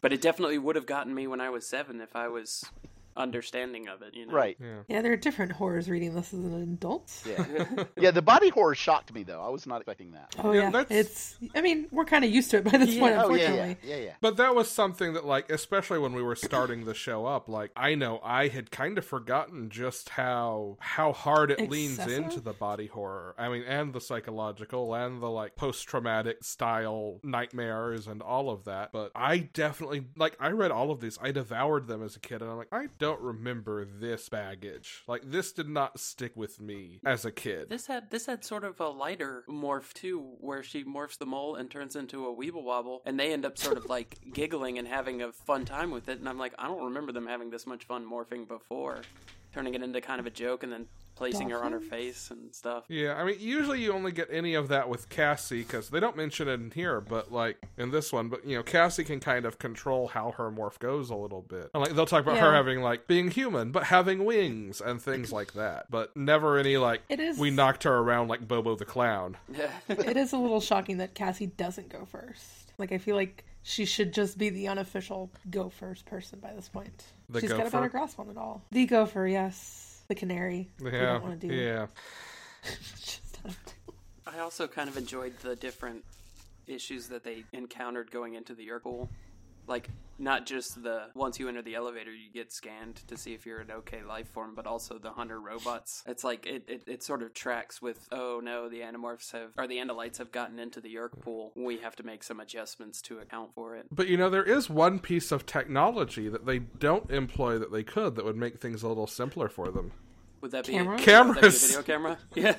But it definitely would have gotten me when I was seven if I was understanding of it. You know? right. Yeah. Yeah, there are different horrors reading this as an adult. Yeah. yeah, the body horror shocked me though. I was not expecting that. Oh Yeah, yeah, that's- it's. I mean, we're kind of used to it by this Yeah. point, Oh yeah, unfortunately. yeah, yeah, yeah. But that was something that, like, especially when we were starting the show up, like, I know I had kind of forgotten just how how hard it leans Excessive? into the body horror. I mean, and the psychological and the like post traumatic style nightmares and all of that. But I definitely like I read all of these. I devoured them as a kid, and I'm like, I don't remember this baggage. Like, this did not stick with me as a kid. This had this had sort of a lighter morph too, where she morphs the mole and turns into a weeble wobble, and they end up sort of like giggling and having a fun time with it. And I'm like, I don't remember them having this much fun morphing before, turning it into kind of a joke and then placing her on her face and stuff. Yeah, I mean, usually you only get any of that with Cassie because they don't mention it in here, but like in this one, but you know, Cassie can kind of control how her morph goes a little bit. And, like they'll talk about her Yeah. having like being human but having wings and things like that, but never any like It is- we knocked her around like Bobo the clown. It is a little shocking that Cassie doesn't go first. Like, I feel like she should just be the unofficial go first person by this point. The She's got a gopher? better grasp on it all. The gopher, yes. The canary. We Yeah, don't want to do yeah. Just not- I also kind of enjoyed the different issues that they encountered going into the Urkel. Like, not just the once you enter the elevator, you get scanned to see if you're an okay life form, but also the hunter robots. It's like it, it, it sort of tracks with oh no, the animorphs have or the Andalites have gotten into the Yerk pool. We have to make some adjustments to account for it. But you know, there is one piece of technology that they don't employ that they could that would make things a little simpler for them. Would that be Camera? Would that be a Cameras. video camera? Yeah.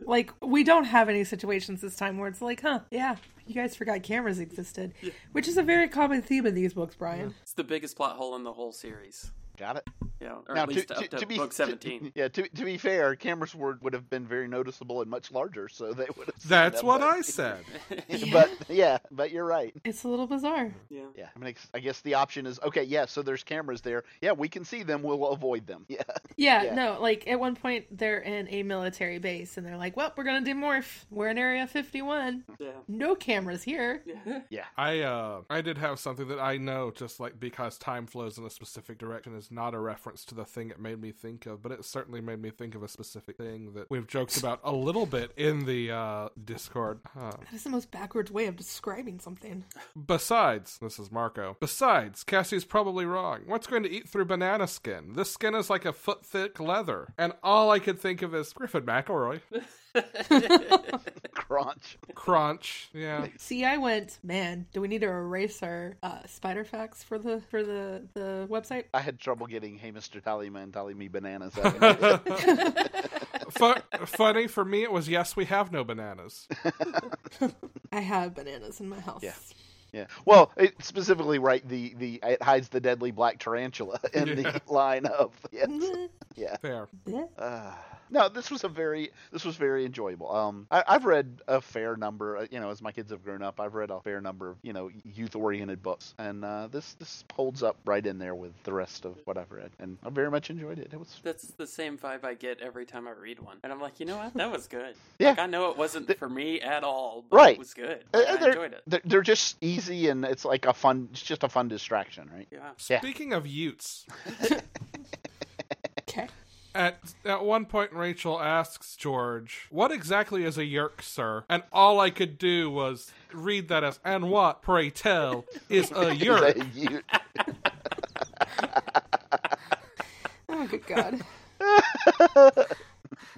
like, we don't have any situations this time where it's like, huh, yeah, you guys forgot cameras existed, which is a very common theme in these books, Brian. It's the biggest plot hole in the whole series. Got it. Yeah. Or at least up to, book seventeen. yeah, to, to be fair, cameras were, would have been very noticeable and much larger, so they would have. seen That's them, what but- I said. But yeah, but you're right. It's a little bizarre. yeah. Yeah, I mean, ex- I guess the option is okay. Yeah, so there's cameras there. Yeah, we can see them. We'll avoid them. Yeah, Yeah, Yeah. no, like at one point they're in a military base and they're like, well, we're going to demorph. We're in Area 51. Yeah. No cameras here. Yeah. yeah. I uh I did have something that I know just like because time flows in a specific direction is not a reference to the thing it made me think of, but it certainly made me think of a specific thing that we've joked about a little bit in the uh Discord. Huh. That is the most backwards way of describing something. Besides, this is Marco. Besides, Cassie's probably wrong. What's going to eat through banana skin? This skin is like a foot thick leather. And all I could think of is Griffin McElroy. Crunch. Crunch. Yeah. See, I went, man, do we need to erase our uh, spider facts for the for the the website? I had trouble getting "Hey, Mr. Tallyman, Tally Me Bananas." out of it. Fu- funny for me, it was yes, we have no bananas. I have bananas in my house. Yeah. yeah. Well, it specifically, right? The the it hides the deadly black tarantula in Yeah. the line of yes. Bleh, Yeah. Fair. bleh. Uh, no, this was a very this was very enjoyable. Um, I, I've read a fair number, uh, you know, as my kids have grown up, I've read a fair number of you know youth oriented books, and uh, this this holds up right in there with the rest of what I've read, and I very much enjoyed it. It was That's the same vibe I get every time I read one. And I'm like, you know what? That was good. Yeah. Like, I know it wasn't for me at all, but Right. it was good. uh, I they're, enjoyed it. They're, they're just easy, and it's like a fun, it's just a fun distraction, right? Yeah. Yeah. Speaking of Utes, Okay. at at one point Rachel asks George, "What exactly is a yerk, sir?" And all I could do was read that as, "And what, pray tell, is a yerk?" They- you- Oh, good God.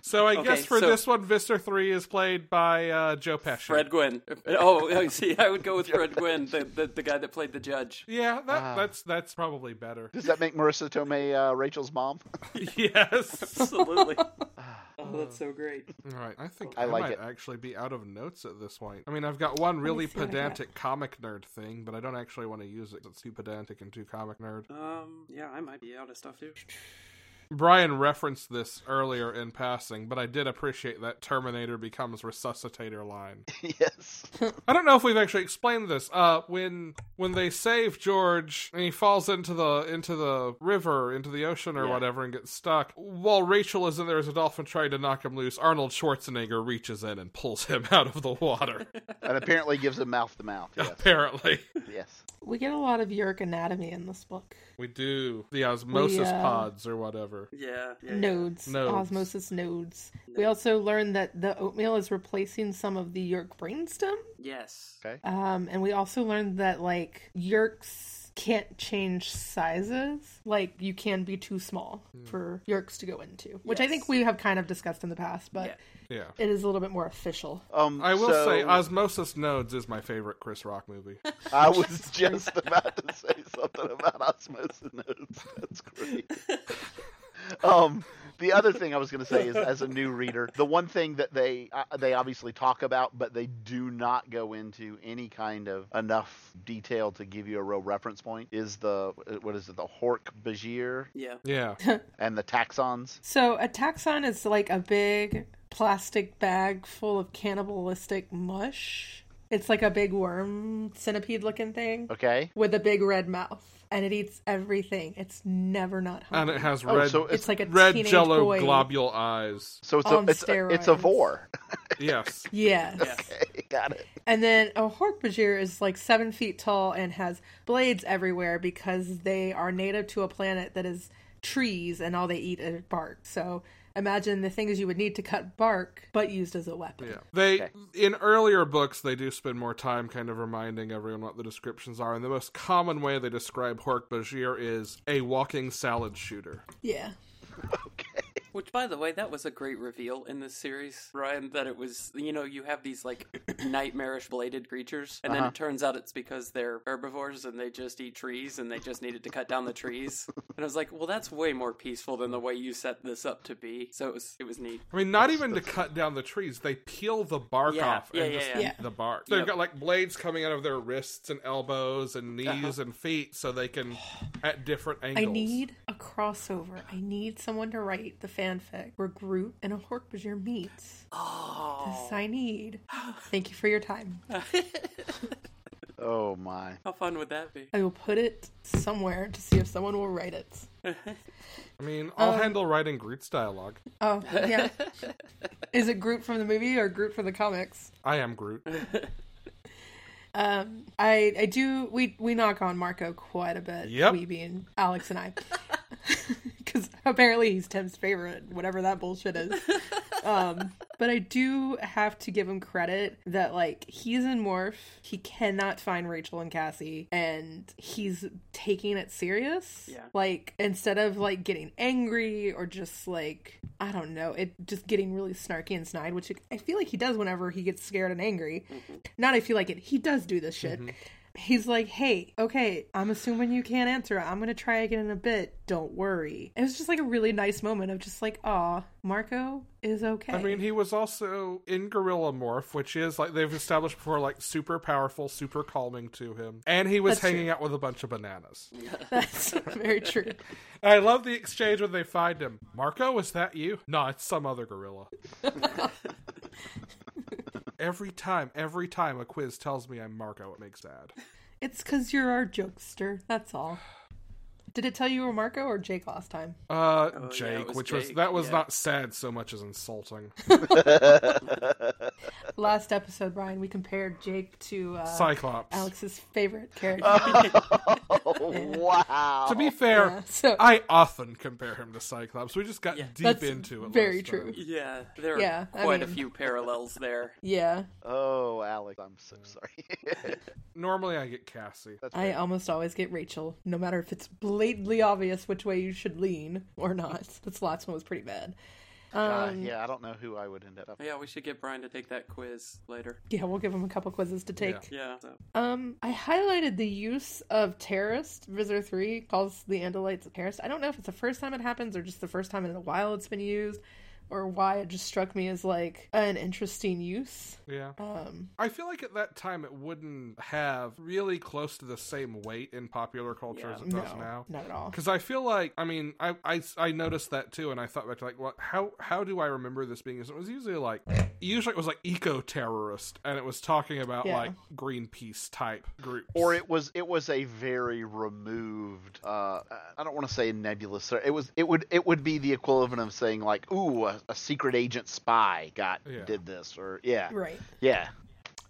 So I Okay, guess for so- this one, Visor Three is played by uh, Joe Pesci. Fred Gwynn. Oh, I see, I would go with Fred Gwynn, the, the the guy that played the judge. Yeah, that, Ah. that's that's probably better. Does that make Marissa Tomei uh, Rachel's mom? yes. Absolutely. Ah. Oh, that's so great. All right. I think I I, like might it. actually be out of notes at this point. I mean, I've got one really see what I got. pedantic comic nerd thing, but I don't actually want to use it. 'cause It's too pedantic and too comic nerd. Um, yeah, I might be out of stuff too. Brian referenced this earlier in passing, but I did appreciate that Terminator becomes resuscitator line. yes. I don't know if we've actually explained this. Uh, when when they save George and he falls into the into the river, into the ocean or Yeah. whatever, and gets stuck. While Rachel is in there as a dolphin trying to knock him loose, Arnold Schwarzenegger reaches in and pulls him out of the water. And apparently gives him mouth to mouth. Yes. Apparently, yes. We get a lot of York anatomy in this book. we do the osmosis uh, pods or whatever. Yeah. yeah, yeah. Nodes, Nodes. osmosis nodes. We also learn that the oatmeal is replacing some of the York brainstem. Yes. Okay. Um, and we also learned that like Yerks can't change sizes. Like you can be too small for Yerks to go into, which I think Hmm. Yes. we have kind of discussed in the past, but Yeah. Yeah. it is a little bit more official. Um, I will so say, Osmosis Nodes is my favorite Chris Rock movie. I was just about to say something about osmosis nodes. That's great. Um, the other thing I was going to say is, as a new reader, the one thing that they uh, they obviously talk about, but they do not go into any kind of enough detail to give you a real reference point, is the uh, what is it, the Hork Bajir Yeah. Yeah. and the taxons. So a taxon is like a big plastic bag full of cannibalistic mush. It's like a big worm centipede looking thing Okay. with a big red mouth. And it eats everything. It's never not and hungry. it has Oh, red so it's it's like a red teenage jello boy. globule eyes. so it's a, on it's a, it's a steroids. vor. Yes. Yes. Yeah. Got it. And then a Hork-Bajir is like seven feet tall and has blades everywhere because they are native to a planet that is trees and all they eat is bark. So imagine the things you would need to cut bark, but used as a weapon. Yeah. They Okay. in earlier books they do spend more time kind of reminding everyone what the descriptions are, and the most common way they describe Hork Bajir is a walking salad shooter. Yeah. Which, by the way, that was a great reveal in this series, Ryan, that it was, you know, you have these like nightmarish bladed creatures, and then it turns out it's because they're herbivores and they just eat trees and they just needed to cut down the trees. And I was like, well, that's way more peaceful than the way you set this up to be. So it was, it was neat. I mean, not even to cut down the trees, they peel the bark Yeah, off yeah, and yeah, just yeah. eat Yeah. the bark. They've Yep. got like blades coming out of their wrists and elbows and knees and feet, so they can at different I angles. need a crossover. I need someone to write the fanfic where Groot and a Hork-Bajir meets. This Oh, I need. Thank you for your time. Oh my. how fun would that be? I will put it somewhere to see if someone will write it. I mean, I'll um, handle writing Groot's dialogue. Oh, yeah. Is it Groot from the movie or Groot from the comics? I am Groot. Um, I I do we we knock on Marco quite a bit. Yep. We being Alex and I, because apparently he's Tim's favorite, whatever that bullshit is. Um, but I do have to give him credit that like he's in Morph, he cannot find Rachel and Cassie, and he's taking it serious. Yeah. Like instead of like getting angry or just like I don't know, it just getting really snarky and snide, which I feel like he does whenever he gets scared and angry. Not I feel like it. He does do this shit. He's like, hey, okay, I'm assuming you can't answer. I'm gonna try again in a bit. Don't worry. It was just like a really nice moment of just like, aw, Marco is okay. I mean, he was also in Gorilla Morph, which is like they've established before, like super powerful, super calming to him. And he was That's hanging true. out with a bunch of bananas. That's very true. I love the exchange when they find him. Marco, is that you? No, it's some other gorilla. every time, every time a quiz tells me I'm Marco, it makes sad. It's because you're our jokester. That's all. Did it tell you were Marco or Jake last time? Oh, Uh, it Jake, was which was Jake, that was yeah. not sad so much as insulting. Last episode, Brian, we compared Jake to uh, Cyclops. Alex's favorite character. Oh wow. to be fair, Yeah, so I often compare him to Cyclops. We just got deep That's into it. very last true. time. Yeah, there are Yeah, I quite a mean- few parallels there. yeah, Oh, Alex, I'm so sorry. Normally, I get Cassie. That's I fair. almost always get Rachel, no matter if it's blatantly obvious which way you should lean or not. This last one was pretty bad. God, Um, yeah, I don't know who I would end up. Yeah, we should get Brian to take that quiz later. Yeah, we'll give him a couple quizzes to take. Yeah. So. Um, I highlighted the use of terrorist. Visitor 3 calls the Andalites a terrorist. I don't know if it's the first time it happens or just the first time in a while it's been used or why it just struck me as like an interesting use. Yeah. Um, I feel like at that time it wouldn't have really close to the same weight in popular culture as it no, does now. not at all. Because I feel like, I mean, I, I, I noticed that too, and I thought back to like, what, how how do I remember this being? used? It was usually like, usually it was like eco terrorist, and it was talking about Yeah. like Greenpeace type groups, Or it was it was a very removed. Uh, I don't want to say nebulous. sir. It was it would it would be the equivalent of saying like, ooh, a, a secret agent spy got Yeah. did this or yeah Right. yeah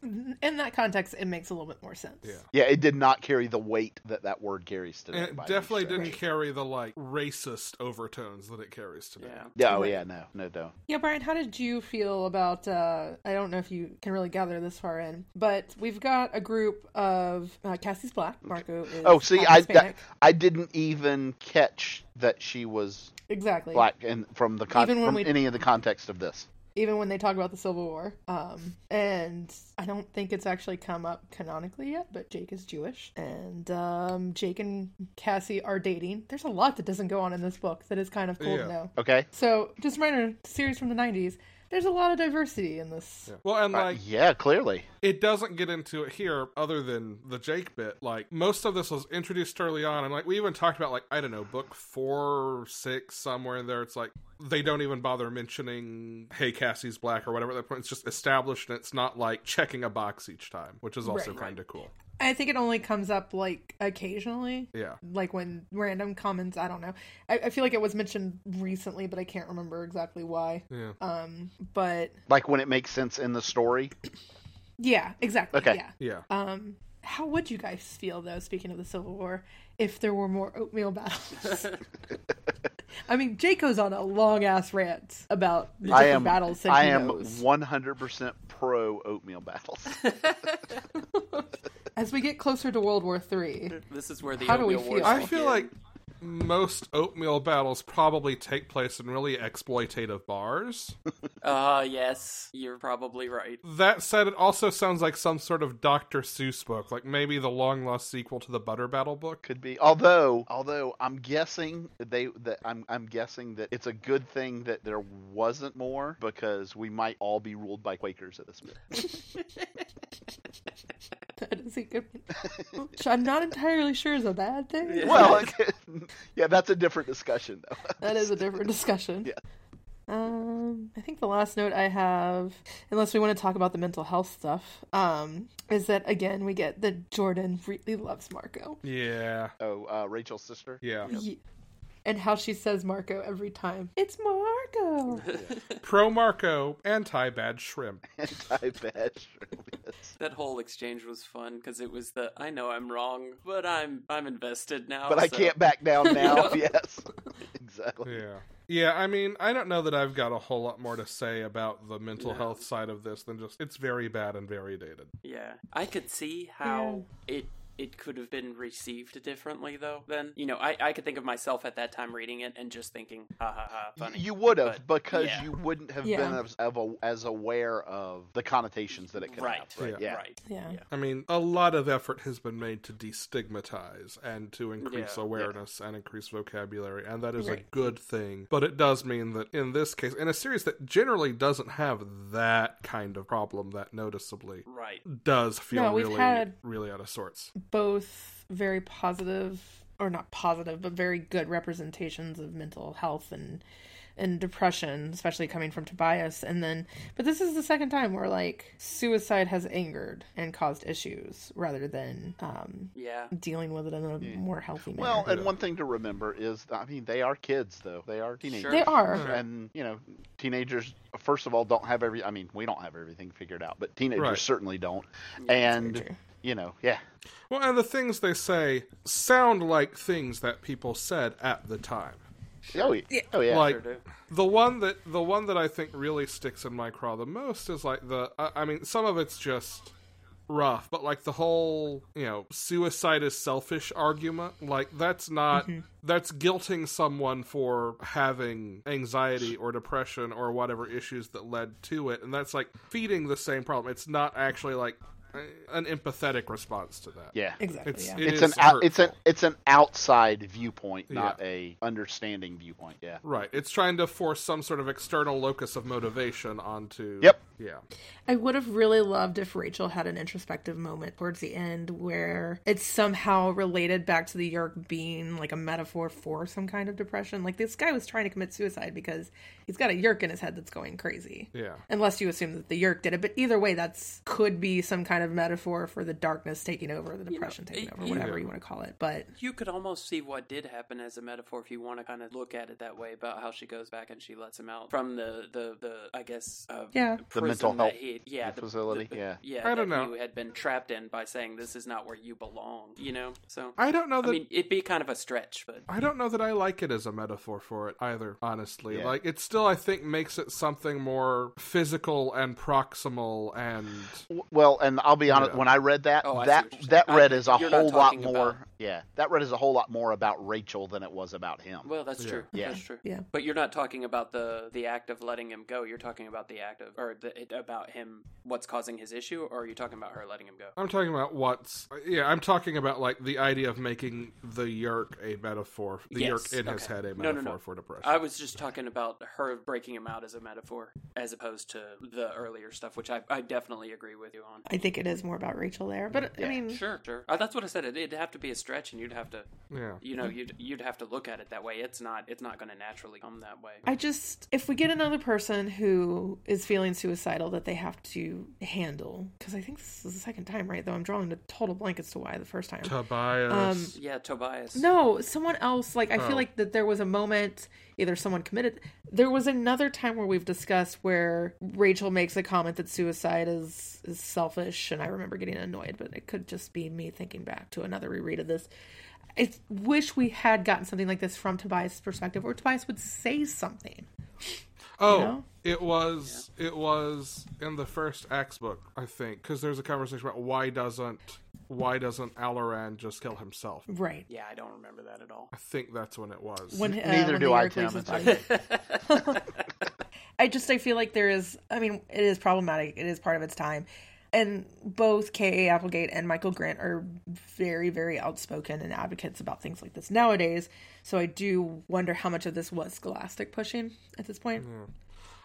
In that context, it makes a little bit more sense. Yeah. yeah. It did not carry the weight that that word carries today. And by it any definitely stretch. didn't carry the like racist overtones that it carries today. Yeah. No, Right. yeah, no, no, no. Yeah, Brian, how did you feel about? Uh, I don't know if you can really gather this far in, but we've got a group of uh, Cassie's black. Marco is Oh, see, half I Hispanic. that, I didn't even catch that she was exactly black, and from the con- Even when from we- any of the context of this. Even when they talk about the Civil War, um, and I don't think it's actually come up canonically yet, but Jake is Jewish, and um, Jake and Cassie are dating. There's a lot that doesn't go on in this book that is kind of cool Yeah. to know. Okay. So, just a reminder, series from the '90s. There's a lot of diversity in this. Yeah. Well, and Uh, like yeah, clearly. it doesn't get into it here other than the Jake bit. Like most of this was introduced early on and like we even talked about like, I don't know, book four or six somewhere in there. It's like they don't even bother mentioning hey Cassie's black or whatever at that point. It's just established and it's not like checking a box each time, which is also Right, kinda cool. I think it only comes up like occasionally. Yeah. like when random comments i don't know I, I feel like it was mentioned recently but i can't remember exactly why Yeah. um but Like when it makes sense in the story. yeah exactly Okay. yeah Yeah. um how would you guys feel though speaking of the civil war if there were more oatmeal battles i mean jaco's on a long ass rant about the I different am battles that I he am knows. 100% pro oatmeal battles. as we get closer to world war three This is where the How do we oatmeal wars feel? I kick feel in. like most oatmeal battles probably take place in really exploitative bars. Ah, yes, you're probably right. That said, it also sounds like some sort of Dr. Seuss book, like maybe the long lost sequel to the Butter Battle book. Could be. Although, although I'm guessing that they that I'm I'm guessing that it's a good thing that there wasn't more because we might all be ruled by Quakers at this minute. that is a good which i'm not entirely sure is a bad thing Yeah. Well, yeah, that's a different discussion though. That is a different discussion. Yeah. Um, I think the last note I have, unless we want to talk about the mental health stuff, um, is that again we get that Jordan really loves Marco, Yeah. Oh, uh, Rachel's sister. Yeah. Ye- and how she says Marco every time. It's Marco. Pro Marco, anti bad shrimp. I bet. Sure is. That whole exchange was fun because it was the I know I'm wrong, but I'm I'm invested now. But I so- can't back down now. Yes. Exactly. Yeah. Yeah, I mean, I don't know that I've got a whole lot more to say about the mental No. health side of this than just it's very bad and very dated. Yeah, I could see how it it could have been received differently though. Then you know, I I could think of myself at that time reading it and just thinking, ha ha ha, funny. You would have But- because yeah. you wouldn't have Yeah. been as, of a, as aware of the connotations that it could right, have. Right. Yeah. right. Yeah. Yeah. I mean, a lot of effort has been made to destigmatize and to increase Yeah, awareness and increase vocabulary, and that is a Right. good thing. But it does mean that in this case, in a series that generally doesn't have that kind of problem that noticeably, Right. does feel No, we've really, had- really out of sorts. Both very positive, or not positive, but very good representations of mental health and and depression, especially coming from Tobias. And then, but this is the second time where like suicide has angered and caused issues rather than um, Yeah. dealing with it in a more healthy manner. Well, and one thing to remember is, I mean, they are kids, though. They are teenagers. they are. And, you know, teenagers, first of all, don't have every, I mean, we don't have everything figured out, but teenagers Right. certainly don't. very and, true. you know, yeah. Well, and the things they say sound like things that people said at the time. Oh, yeah. Oh, yeah. like do. the one that the one that I think really sticks in my craw the most is like the I, I mean some of it's just rough, but like the whole, you know, suicide is selfish argument, like that's not that's guilting someone for having anxiety or depression or whatever issues that led to it, and that's like feeding the same problem. It's not actually like a- an empathetic response to that. Yeah. Exactly. It's yeah. it It's is an out, it's an hurtful. it's an outside viewpoint, not Yeah. a understanding viewpoint. Yeah. Right. It's trying to force some sort of external locus of motivation onto. Yep. Yeah. I would have really loved if Rachel had an introspective moment towards the end where it's somehow related back to the York being like a metaphor for some kind of depression. Like this guy was trying to commit suicide because he's got a York in his head that's going crazy. Yeah. Unless you assume that the York did it, but either way, that's could be some kind of metaphor for the darkness taking over, the depression taking over, you- whatever you want to call it. But You could almost see what did happen as a metaphor if you want to kind of look at it that way about how she goes back and she lets him out from the the, the I guess uh, Yeah. The mental prison that health he- yeah the- facility, the- yeah. yeah I that don't know. you had been trapped in by saying this is not where you belong you know so I, I don't know that. I mean it'd be kind of a stretch but don't know that I like it as a metaphor for it either, honestly. Yeah. Like, it still, I think, makes it something more physical and proximal and. W- Well, and I'll be honest. Yeah. When I read that, Oh, I see that what you're saying. that I- read is a you're not whole lot talking more. about- Yeah, that read is a whole lot more about Rachel than it was about him. well that's Yeah. true Yeah. that's true yeah. but you're not talking about the the act of letting him go you're talking about the act of or the, it, about him what's causing his issue or are you talking about her letting him go I'm talking about what's. Yeah, I'm talking about, like, the idea of making the Yerk a metaphor. The Yerk Yes, in his okay. head a No, no, metaphor no. for depression. I was just talking about her breaking him out as a metaphor, as opposed to the earlier stuff, which I, I definitely agree with you on. I think it is more about Rachel there. But I Yeah. mean, Sure, sure. Uh, that's what I said. It, it'd have to be a stretch, and you'd have to, yeah. you know, you'd you'd have to look at it that way. It's not it's not going to naturally come that way. I just, if we get another person who is feeling suicidal that they have to handle, because I think this is the second time, right? Though I'm drawing a total blank as to why the first time. Tobias. yeah, Tobias. No, someone else. Like, I Oh. feel like that there was a moment, either someone committed. There was another time where we've discussed where Rachel makes a comment that suicide is, is selfish, and I remember getting annoyed, but it could just be me thinking back to another reread of this. I wish we had gotten something like this from Tobias' perspective, or Tobias would say something. Oh, know? it was it was in the first Acts book, I think, because there's a conversation about why doesn't why doesn't Alaran just kill himself? Right. Yeah, I don't remember that at all. I think that's when it was. When, uh, Neither when do the I, York Tim. leaves his It's body. I just I feel like there is. I mean, it is problematic. It is part of its time, and both K. A. Applegate and Michael Grant are very, very outspoken and advocates about things like this nowadays. So I do wonder how much of this was Scholastic pushing at this point.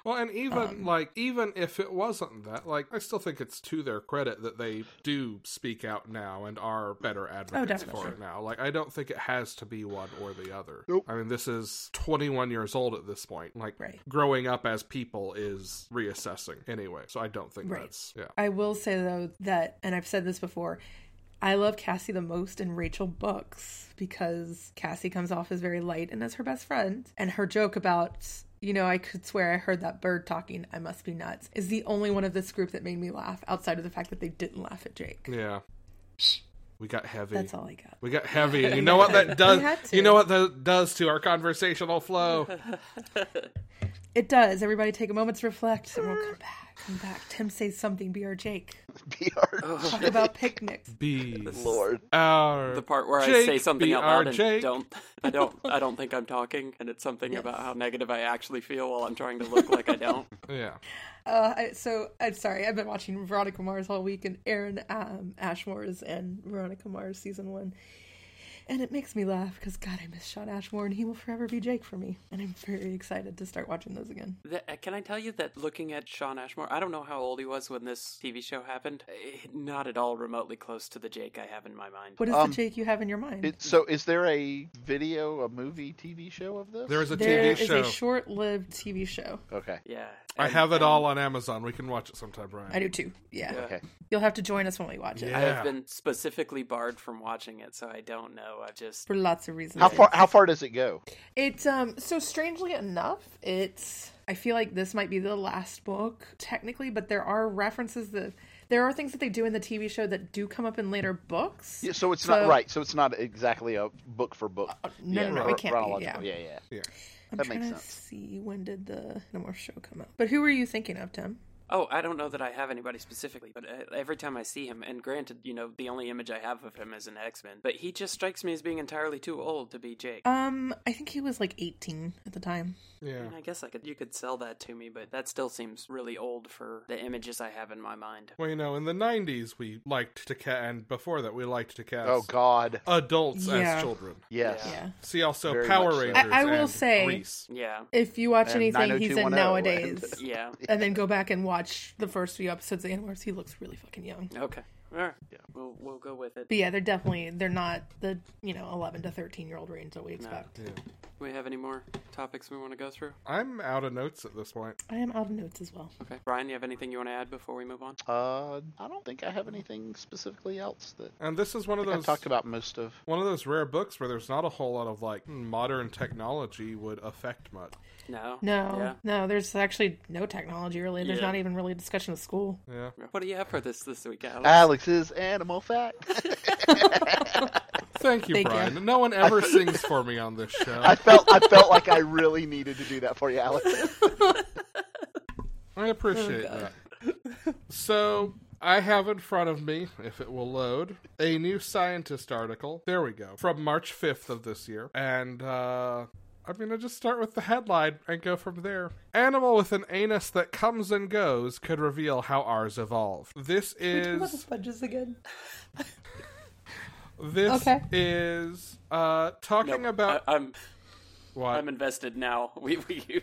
well, and even Um. like even if it wasn't that, like I still think it's to their credit that they do speak out now and are better advocates for Oh, definitely. it now. Like I don't think it has to be one or the other. Nope. I mean, this is 21 years old at this point. Like Right. growing up as people is reassessing anyway. So I don't think Right. that's yeah. I will say though that, and I've said this before, I love Cassie the most in Rachel books because Cassie comes off as very light and as her best friend. And her joke about, you know, I could swear I heard that bird talking, I must be nuts, is the only one of this group that made me laugh outside of the fact that they didn't laugh at Jake. Yeah. We got heavy. That's all I got. We got heavy. And you know what that does? had to. You know what that does to our conversational flow? It does. Everybody take a moment to reflect and we'll come back. Come back. Tim says something, be our Jake. Be our Oh. Talk about picnics. Be Lord. our The part where I Jake, say something be out our loud and Jake. don't, I don't, I don't think I'm talking, and it's something about how negative I actually feel while I'm trying to look like I don't. Yeah. Uh, I, so I'm sorry. I've been watching Veronica Mars all week and Aaron um, Ashmore's and Veronica Mars season one, and it makes me laugh because God, I miss Sean Ashmore and he will forever be Jake for me, and I'm very excited to start watching those again. Th- uh, Can I tell you that looking at Sean Ashmore, I don't know how old he was when this TV show happened. Eh, Not at all remotely close to the Jake I have in my mind. What is Um, the Jake you have in your mind? It, so, is there a video, a movie, TV show of this? There is a There TV is show. a short-lived TV show. Okay. Yeah, I and- have it and all on Amazon. We can watch it sometime, Brian. I do too. Yeah. Yeah. Okay. you'll have to join us when we watch it I Yeah. have been specifically barred from watching it, so I don't know. I just for lots of reasons. How far? How far does it go? It's um so strangely enough, it's I feel like this might be the last book technically, but there are references that there are things that they do in the TV show that do come up in later books. Yeah, so it's not right. So it's not exactly a book for book. Uh, no, no, no, it can't be, chronological. yeah. yeah, yeah. Yeah. I'm That trying makes to sense. see when did the No More Show come out. But who were you thinking of, Tim? Oh, I don't know that I have anybody specifically, but uh, every time I see him, and granted, you know, the only image I have of him is an X Men, but he just strikes me as being entirely too old to be Jake. Um, I think he was like 18 at the time. Yeah. And I guess I could you could sell that to me, but that still seems really old for the images I have in my mind. Well, you know, in the '90s we liked to cast, and before that we liked to cast Oh God. adults Yeah. as children. Yes. Yeah. Yeah. See also Very Power much so. Rangers. I- I will and say- Grease. Yeah. If you watch And anything he's in 90210 nowadays, and- Yeah. and then go back and watch the first few episodes of Animorphs, he looks really fucking young. Okay. All right. Yeah. We'll we'll go with it. But yeah, they're definitely they're not the you know 11 to 13 year old range that we expect. We have any more topics we want to go through? I'm out of notes at this point. I am out of notes as well. Okay. Brian, you have anything you want to add before we move on? Uh, I don't think I have anything specifically else that And this is one of I those talked about most of. one of those rare books where there's not a whole lot of like hmm, modern technology would affect much. No. No, Yeah. no, there's actually no technology really. There's Yeah. not even really a discussion with school. Yeah. What do you have for this this week, Alex? Alex's animal fact. Thank you, Thank you. Brian. No one ever sings for me on this show. I felt I felt like I really needed to do that for you, Alex. I appreciate that. So I have in front of me, if it will load, a new scientist article. There we go. From March 5th of this year. And uh I'm gonna just start with the headline and go from there. Animal with an anus that comes and goes could reveal how ours evolve. This is sponges again? this Okay. is uh talking about I, am what I'm invested now. We, we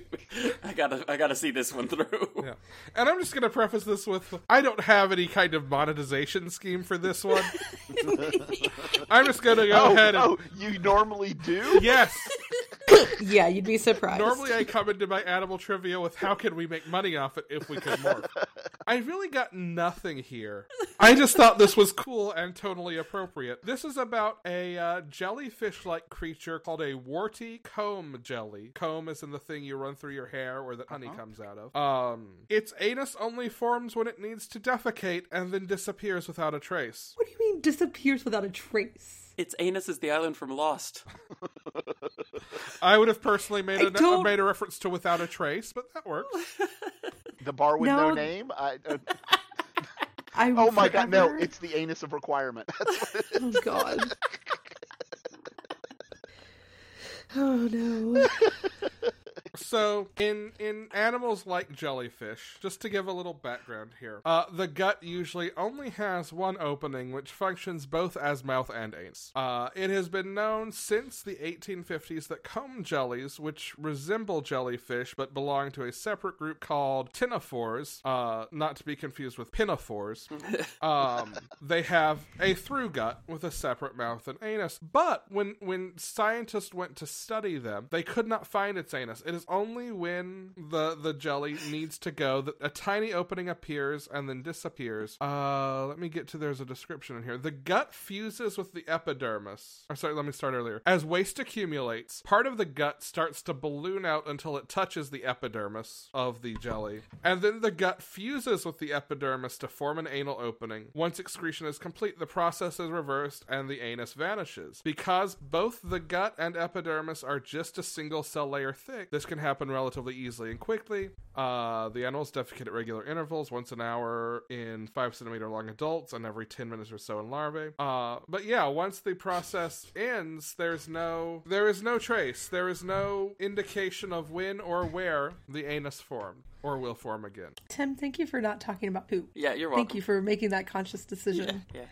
I gotta I gotta see this one through. Yeah. And I'm just going to preface this with I don't have any kind of monetization scheme for this one. I'm just going to go Oh, ahead and. oh, you normally do? Yes! Yeah, you'd be surprised. Normally I come into my animal trivia with how can we make money off it if we could morph. I really got nothing here. I just thought this was cool and totally appropriate. This is about a uh, jellyfish like creature called a warty comb jelly. Comb is in the thing you run through your hair or that Uh-huh. honey comes out of. Um, its anus only forms when it needs to defecate and then disappears without a trace. What do you mean disappears without a trace? It's Anus is the island from Lost. I would have personally made I a, don't- made a reference to without a trace, but that works. The bar with no, No. name? I, uh, I oh my god, no, forever- it's the anus of requirement. That's what it oh god. oh no. So in in animals like jellyfish, just to give a little background here, uh, the gut usually only has one opening, which functions both as mouth and anus. Uh, it has been known since the 1850s that comb jellies, which resemble jellyfish but belong to a separate group called tinophores, uh, not to be confused with pinafores, um, they have a through gut with a separate mouth and anus. But when when scientists went to study them, they could not find its anus. It is only when the the jelly needs to go that a tiny opening appears and then disappears. Uh, let me get to there's a description in here. The gut fuses with the epidermis. Or sorry, let me start earlier. As waste accumulates, part of the gut starts to balloon out until it touches the epidermis of the jelly, and then the gut fuses with the epidermis to form an anal opening. Once excretion is complete, the process is reversed and the anus vanishes. Because both the gut and epidermis are just a single cell layer thick, this can happen relatively easily and quickly. Uh, the animals defecate at regular intervals, once an hour in five centimeter long adults, and every ten minutes or so in larvae. Uh, but yeah, once the process ends, there's no there is no trace, there is no indication of when or where the anus formed or will form again. Tim, thank you for not talking about poop. Yeah, you're welcome. Thank you for making that conscious decision. Yeah.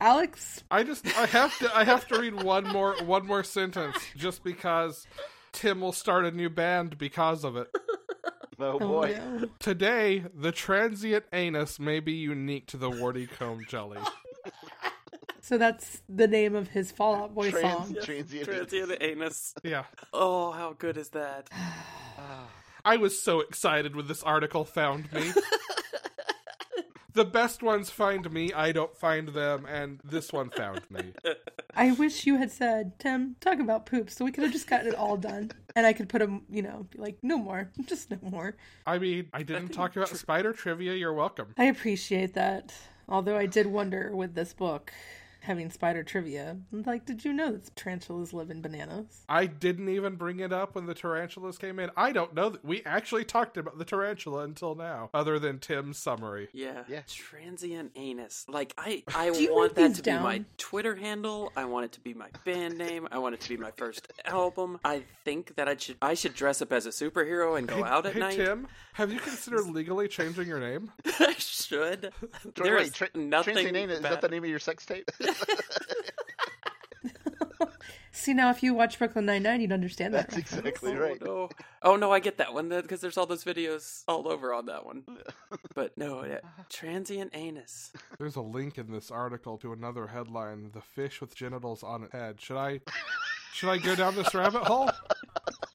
Alex, I just I have to I have to read one more one more sentence just because Tim will start a new band because of it. Oh oh, boy. no. Today, the transient anus may be unique to the warty comb jelly. So that's the name of his Fallout Boy Trans- song. transient anus. Transient anus. Yeah. Oh, how good is that? I was so excited when this article found me. the best ones find me, I don't find them, and this one found me. I wish you had said, Tim, talk about poop, so we could have just gotten it all done, and I could put him, you know, be like, no more, just no more. I mean, I didn't talk about spider trivia, you're welcome. I appreciate that. Although I did wonder with this book having spider trivia. Like, did you know that tarantulas live in bananas? I didn't even bring it up when the tarantulas came in. I don't know that we actually talked about the tarantula until now, other than Tim's summary. Yeah. Yeah. Transient anus. Like I I Do you write want that these to be my down? Twitter handle. I want it to be my band name. I want it to be my first album. I think that I should I should dress up as a superhero and go out at hey, night. Tim, have you considered legally changing your name? I should. Wait, There is tra- nothing Transylvania, is that bad- the name of your sex tape? See, now if you watch Brooklyn Nine-Nine, you'd understand that. That's reference. exactly Oh, right. no. Oh no, I get that one because there's all those videos all over on that one. But no, yeah. transient anus. There's a link in this article to another headline: "The fish with genitals on its head." Should I, should I go down this rabbit hole?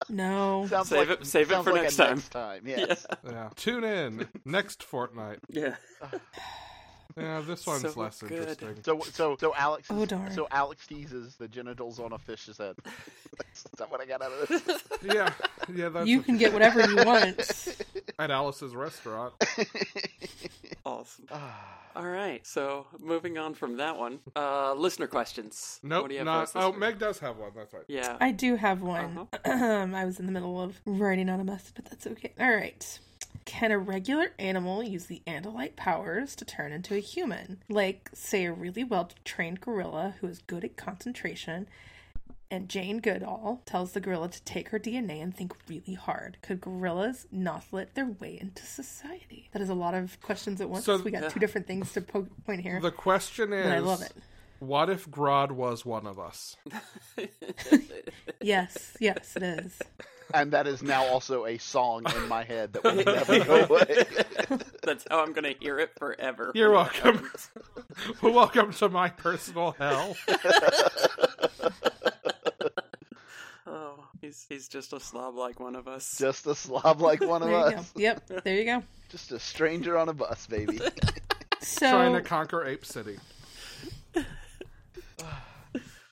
No. Sounds Save like- it- save it sounds for like a next time. Next time, yes. Yeah. Tune in next fortnight. Yeah. Yeah, this one's So less good. interesting. So, so, so Alex. Oh, darn. So Alex teases the genitals on a fish's head. Is that what I got out of this? Yeah, yeah, that's You it. can get whatever you want. at Alice's restaurant. Awesome. All right. So moving on from that one, uh, listener questions. Nope, What do you have for not. us this Oh, week? Meg does have one. That's right. Yeah. I do have one. Uh-huh. Um, I was in the middle of writing on a message, but that's okay. All right. Can a regular animal use the Andalite powers to turn into a human? Like, say, a really well trained gorilla who is good at concentration, and Jane Goodall tells the gorilla to take her DNA and think really hard. Could gorillas nothlet their way into society? That is a lot of questions at once. So- we got two different things to po- point here. The question is, I love it. what if Grodd was one of us? Yes, yes, it is. And that is now also a song in my head that will never go away. That's how I'm gonna hear it forever. You're welcome. welcome to my personal hell. Oh, he's he's just a slob like one of us. Just a slob like one of There you go. us. Yep, there you go. Just a stranger on a bus, baby. So Trying to conquer Ape City.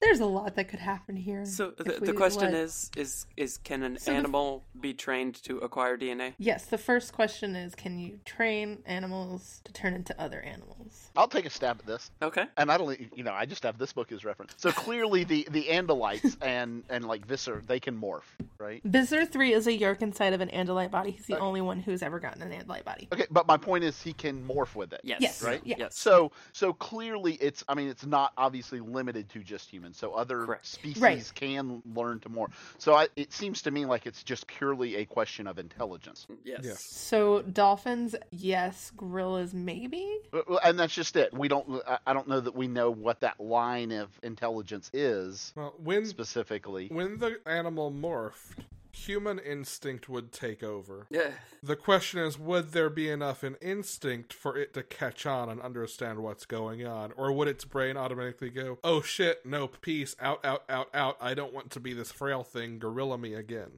There's a lot that could happen here. so if the, we the let- question is is is can an the- animal be trained to acquire DNA? Yes, the first question is can you train animals to turn into other animals? I'll take a stab at this. Okay. And I don't, e, you know, I just have this book as reference. So clearly, the the Andalites and and like Visser, they can morph, right? Bizarre 3 is a York inside of an Andalite body. He's the only one who's ever gotten an Andalite body. Okay, but my point is, he can morph with it. Yes. Yes, right? yeah. Yes. So so clearly, it's I mean, it's not obviously limited to just humans. So other Correct. species Right. can learn to morph. So I, it seems to me like it's just purely a question of intelligence, yes. Yes. So dolphins, yes. Gorillas, maybe? Well, well, and that's just it. We don't. I- I don't know that we know what that line of intelligence is Well, when specifically. when the animal morphed, human instinct would take over. Yeah. The question is, would there be enough an instinct for it to catch on and understand what's going on, or would its brain automatically go, "Oh shit, no peace, out, out, out, out. I don't want to be this frail thing. Gorilla me again."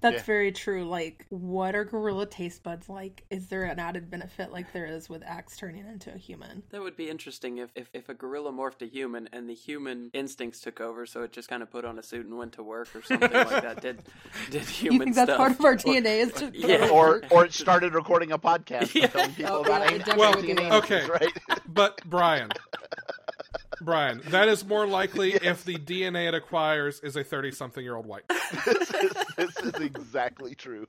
That's Yeah. very true. Like, what are gorilla taste buds like? Is there an added benefit like there is with Axe turning into a human? That would be interesting if, if, if a gorilla morphed a human and the human instincts took over, so it just kind of put on a suit and went to work or something like that. Did did human You think that's stuff. part of our DNA? Is to Yeah. Or or it started recording a podcast and telling people Oh, about yeah, it an- definitely Well, ancient did. okay. ancients, right? But Brian, Brian, that is more likely if the DNA it acquires is a thirty-something-year-old white. this is exactly true.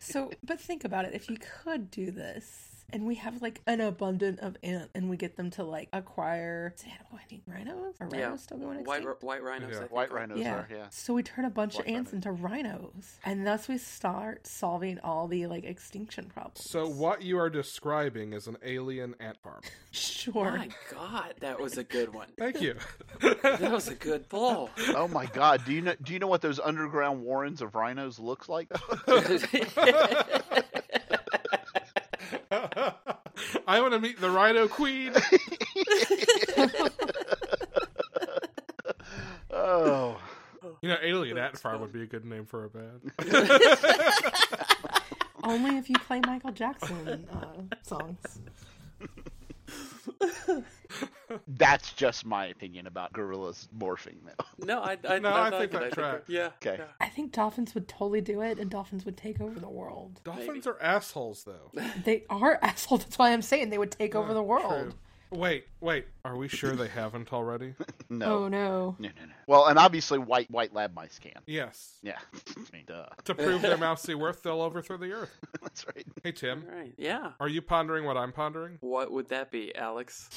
So, but think about it. If you could do this, and we have like an abundant of ant, and we get them to like acquire is animal hunting rhinos, or rhinos Yeah. still going White, extinct? ri- white rhinos. Yeah. I think, White are- rhinos yeah. are, yeah. So we turn a bunch of White ants into rhinos, and thus we start solving all the like extinction problems. So what you are describing is an alien ant farm. Sure. My God, that was a good one. Thank you. That was a good ball. Oh my god, do you know do you know what those underground warrens of rhinos looks like? I want to meet the Rhino Queen. oh. You know, Alien Ant Farm would be a good name for a band. Only if you play Michael Jackson uh, songs. That's just my opinion about gorillas morphing though. No, I, I, No, I I, like think it. that track. Yeah. Okay. yeah. I think dolphins would totally do it, and dolphins would take over the world. Dolphins are assholes, though. They are assholes. That's why I'm saying they would take over the world. True. Wait, wait. Are we sure they haven't already? No. Oh no. No, no, no. Well, and obviously white white lab mice can. Yes. Yeah. I mean, duh. To prove their mousy worth, they'll overthrow the earth. That's right. Hey, Tim, All right. Yeah. are you pondering what I'm pondering? What would that be, Alex?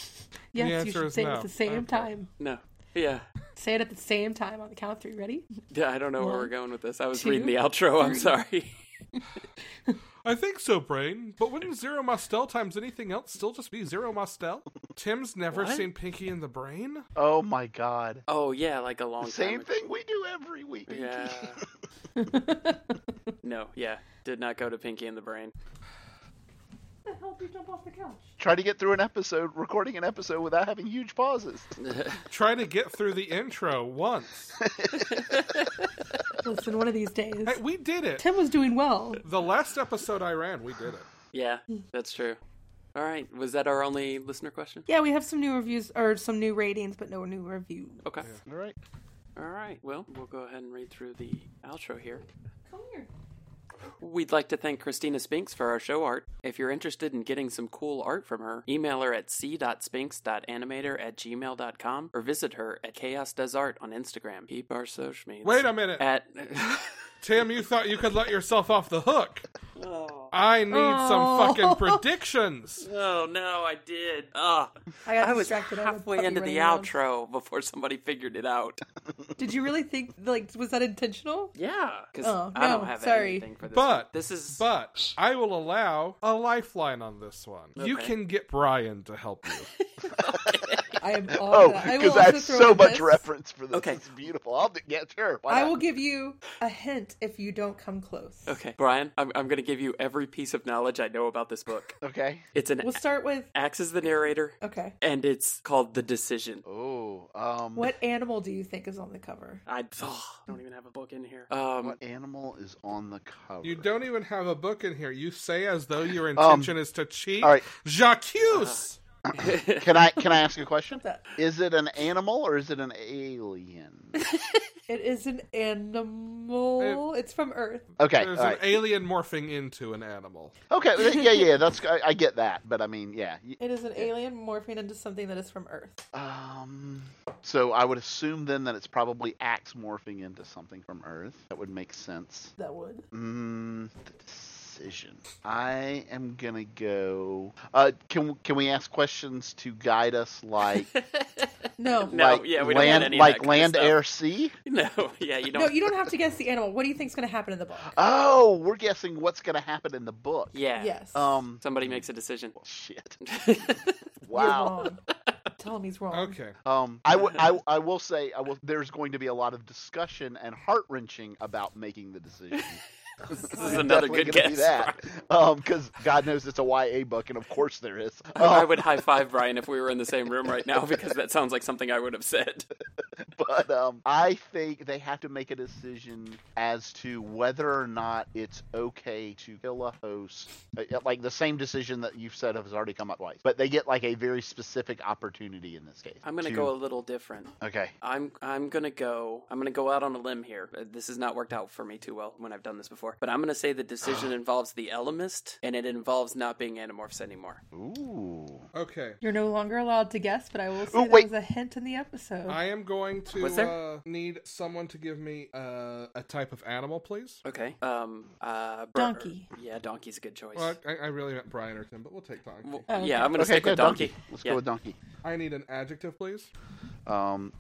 Yes, answer you should is say it no. at the same Okay. time. No. Yeah. Say it at the same time on the count of three. Ready? Yeah, I don't know where One, we're going with this. I was two, reading the outro. I'm three. sorry. I think so, Brain. But wouldn't zero Mostel times anything else still just be zero Mostel? Tim's never What? seen Pinky in the Brain? Oh my god. Oh yeah, like a long time Same ago. thing we do every week. Pinky. Yeah. no, yeah. Did not go to Pinky in the Brain. the hell did you jump off the couch? Try to get through an episode, recording an episode without having huge pauses. Try to get through the intro once. Listen, one of these days. Hey, we did it. Tim was doing well. The last episode I ran, we did it. Yeah, that's true. All right. Was that our only listener question? Yeah, we have some new reviews or some new ratings, but no new reviews. Okay. All right. All right. Well, we'll go ahead and read through the outro here. Come here. We'd like to thank Christina Spinks for our show art. If you're interested in getting some cool art from her, email her at c.spinks.animator at gmail.com or visit her at chaos does art on Instagram. Keep our social media. Wait a minute. At. Tim, you thought you could let yourself off the hook. I need some fucking Oh. predictions. oh, no, I did. Ah. I got I was distracted. I had a halfway puppy into running the around. outro before somebody figured it out. Did you really think like was that intentional? Yeah, because Oh, I don't no, have sorry. anything for this. But- one. this is But I will allow a lifeline on this one. You Okay. can get Brian to help you. I am all Oh, that. I because will I also have throw so in much this. reference for this. Okay. It's beautiful. I'll do, yeah, sure. Why I not? will give you a hint if you don't come close. okay, Brian. I'm I'm gonna give you every piece of knowledge I know about this book. Okay. It's an We'll start with Axe is the narrator, okay. and it's called The Decision. Oh, um, What animal do you think is on the cover? I oh, I don't even have a book in here. Um, what animal is on the cover? you don't even have a book in here. You say as though your intention is to cheat. all right. Jacques! Can I can I ask a question? That Is it an animal or is it an alien? it is an animal. it's from Earth. Okay, all There's an right. alien morphing into an animal. Okay, th- yeah, yeah, that's I, I get that, but I mean, yeah. y- It is an alien morphing into something that is from Earth. Um, so I would assume then that it's probably axe morphing into something from Earth. That would make sense. That would. Mm, the decision. I am gonna go. Uh, can can we ask questions to guide us like No. No, like yeah, we don't want land any of that like kind of land stuff. air sea? no, yeah, you don't. No, you don't have to guess the animal. What do you think's going to happen in the book? Oh, we're guessing what's gonna happen in the book. yeah, Yes. Um. Somebody makes a decision. Shit. You're Wow. wrong. Tell him he's wrong. Okay. Um, I, w- I, I will say I will, there's going to be a lot of discussion and heart wrenching about making the decision. this is another good guess. Because Um, God knows it's a YA book, and of course there is. I Um, would high five Brian if we were in the same room right now because that sounds like something I would have said. but um, I think they have to make a decision as to whether or not it's okay to kill a host. Uh, yeah, Like the same decision that you've said has already come up twice, but they get like a very specific opportunity in this case. I'm gonna to- go a little different. Okay. I'm I'm gonna go. I'm gonna go out on a limb here. Uh, This has not worked out for me too well when I've done this before. But I'm gonna say the decision involves the Elemist, and it involves not being Animorphs anymore. Ooh. Okay. You're no longer allowed to guess, but I will say Ooh, there wait. was a hint in the episode. I am going to Was there- uh, need someone to give me uh, a type of animal, please. Okay. Um. Uh. br- Donkey. Yeah, donkey's a good choice. Well, I, I really meant Brian or Tim, but we'll take donkey. Well, okay. Yeah, I'm gonna Okay, stick good. with donkey. Donkey. Let's Yeah, go with donkey. I need an adjective, please. Um,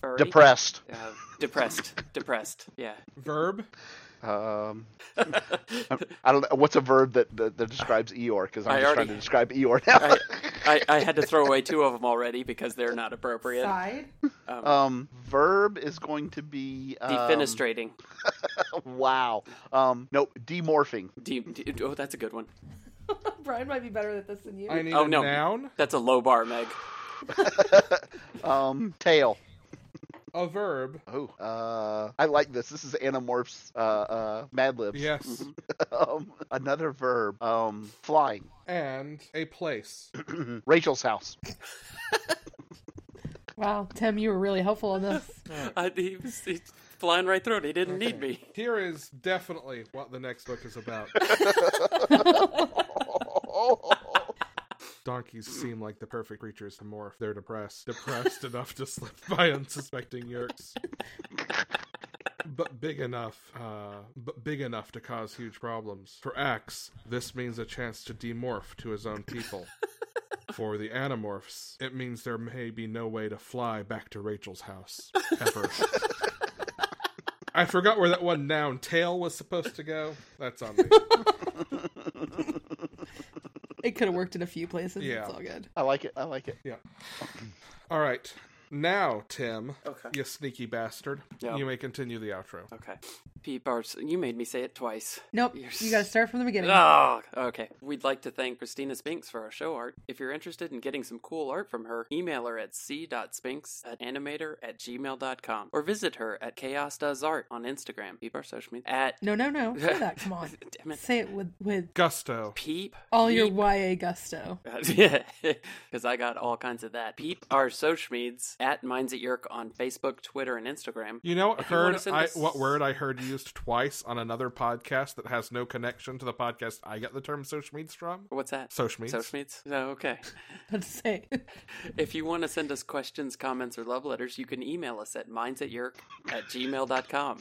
furry. depressed. Uh, depressed. depressed. Yeah. Verb. Um, I don't know what's a verb that that, that describes Eeyore because I'm I just already- trying to describe Eeyore now. I, I I had to throw away two of them already because they're not appropriate. Side. um, verb is going to be um, Defenestrating. Wow. Um, no, demorphing. De- de- oh, that's a good one. Brian might be better at this than you. I need Oh, a no. noun. That's a low bar, Meg. Um, tail. A verb. Oh, uh, I like this. This is Animorphs. Uh, uh, Mad Libs. Yes. um, another verb. Um, flying. And a place. Rachel's house. Wow, Tim, you were really helpful on this. I, Uh, he was he's flying right through it. He didn't need me. Here is definitely what the next book is about. Donkeys seem like the perfect creatures to morph. They're depressed, depressed enough to slip by unsuspecting yurks, but big enough, uh, but big enough to cause huge problems. For Axe, this means a chance to demorph to his own people. For the Animorphs, it means there may be no way to fly back to Rachel's house ever. I forgot where that one noun tail was supposed to go. That's on me. It could have worked in a few places. Yeah. It's all good. I like it. I like it. All right. Now, Tim, Okay. you sneaky bastard, Yeah. you may continue the outro. Okay. P. Bars, you made me say it twice. Nope. You're You got to start from the beginning. Oh, okay. We'd like to thank Christina Spinks for our show art. If you're interested in getting some cool art from her, email her at c.spinks at animator at gmail.com or visit her at chaos does art on Instagram. Peep our social media at No, no, no. Say that. Come on. Damn it. Say it with with Gusto. peep. all your peep. YA gusto. yeah, because I got all kinds of that. Peep our social meds at Minds at Yerk on Facebook, Twitter, and Instagram. You know what, If you wanna heard send I, us- what word I heard used twice on another podcast that has no connection to the podcast I got the term Sochmeets from? What's that? Sochmeets. Social meds? Oh, okay. Let's say. If you want to send us questions, comments, or love letters, you can email us at mindsatyerk at gmail.com.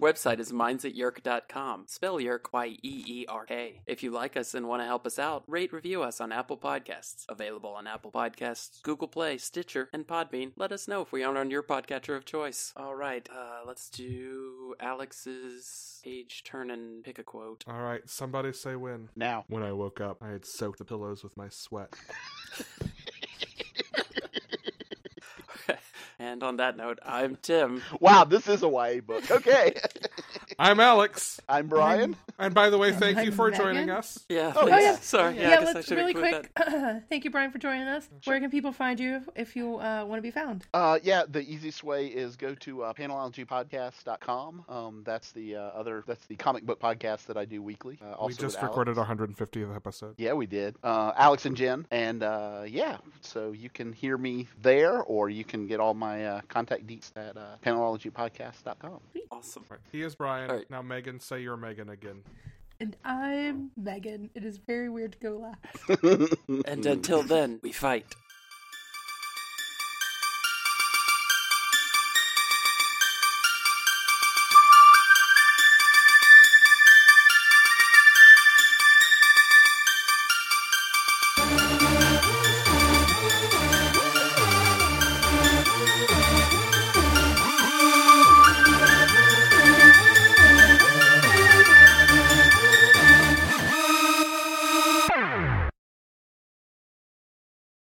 Website is mindsatyerk.com. Spell yerk, E Y-E-E-R-K. If you like us and want to help us out, rate, review us on Apple Podcasts. Available on Apple Podcasts, Google Play, Stitcher, and Podbean. Let us know if we aren't on your podcatcher of choice. All right, uh, let's do Alex's page turn and pick a quote. All right. Somebody say when. Now. When I woke up, I had soaked the pillows with my sweat. and on that note, I'm Tim. Wow, this is a YA book. Okay. I'm Alex. I'm Brian. And by the way, thank you for Megan? joining us. Yeah, Oh, please. yeah. Sorry, yeah, Yeah, I guess I let's should really include quick. Thank you, Brian, for joining us. Where can people find you if you uh, want to be found? Uh, yeah, the easiest way is go to uh, panelologypodcast.com. Um, that's the uh, other. That's the comic book podcast that I do weekly. Uh, also we just with recorded Alex. our 150th episode. Yeah, we did. Uh, Alex and Jen, and uh, yeah, so you can hear me there, or you can get all my uh, contact deets at uh, panelologypodcast.com. that. Awesome. All right. He is Brian. All right. Now, Megan, say you're Megan again. And I'm Megan. It is very weird to go last. uh, And until then, we fight.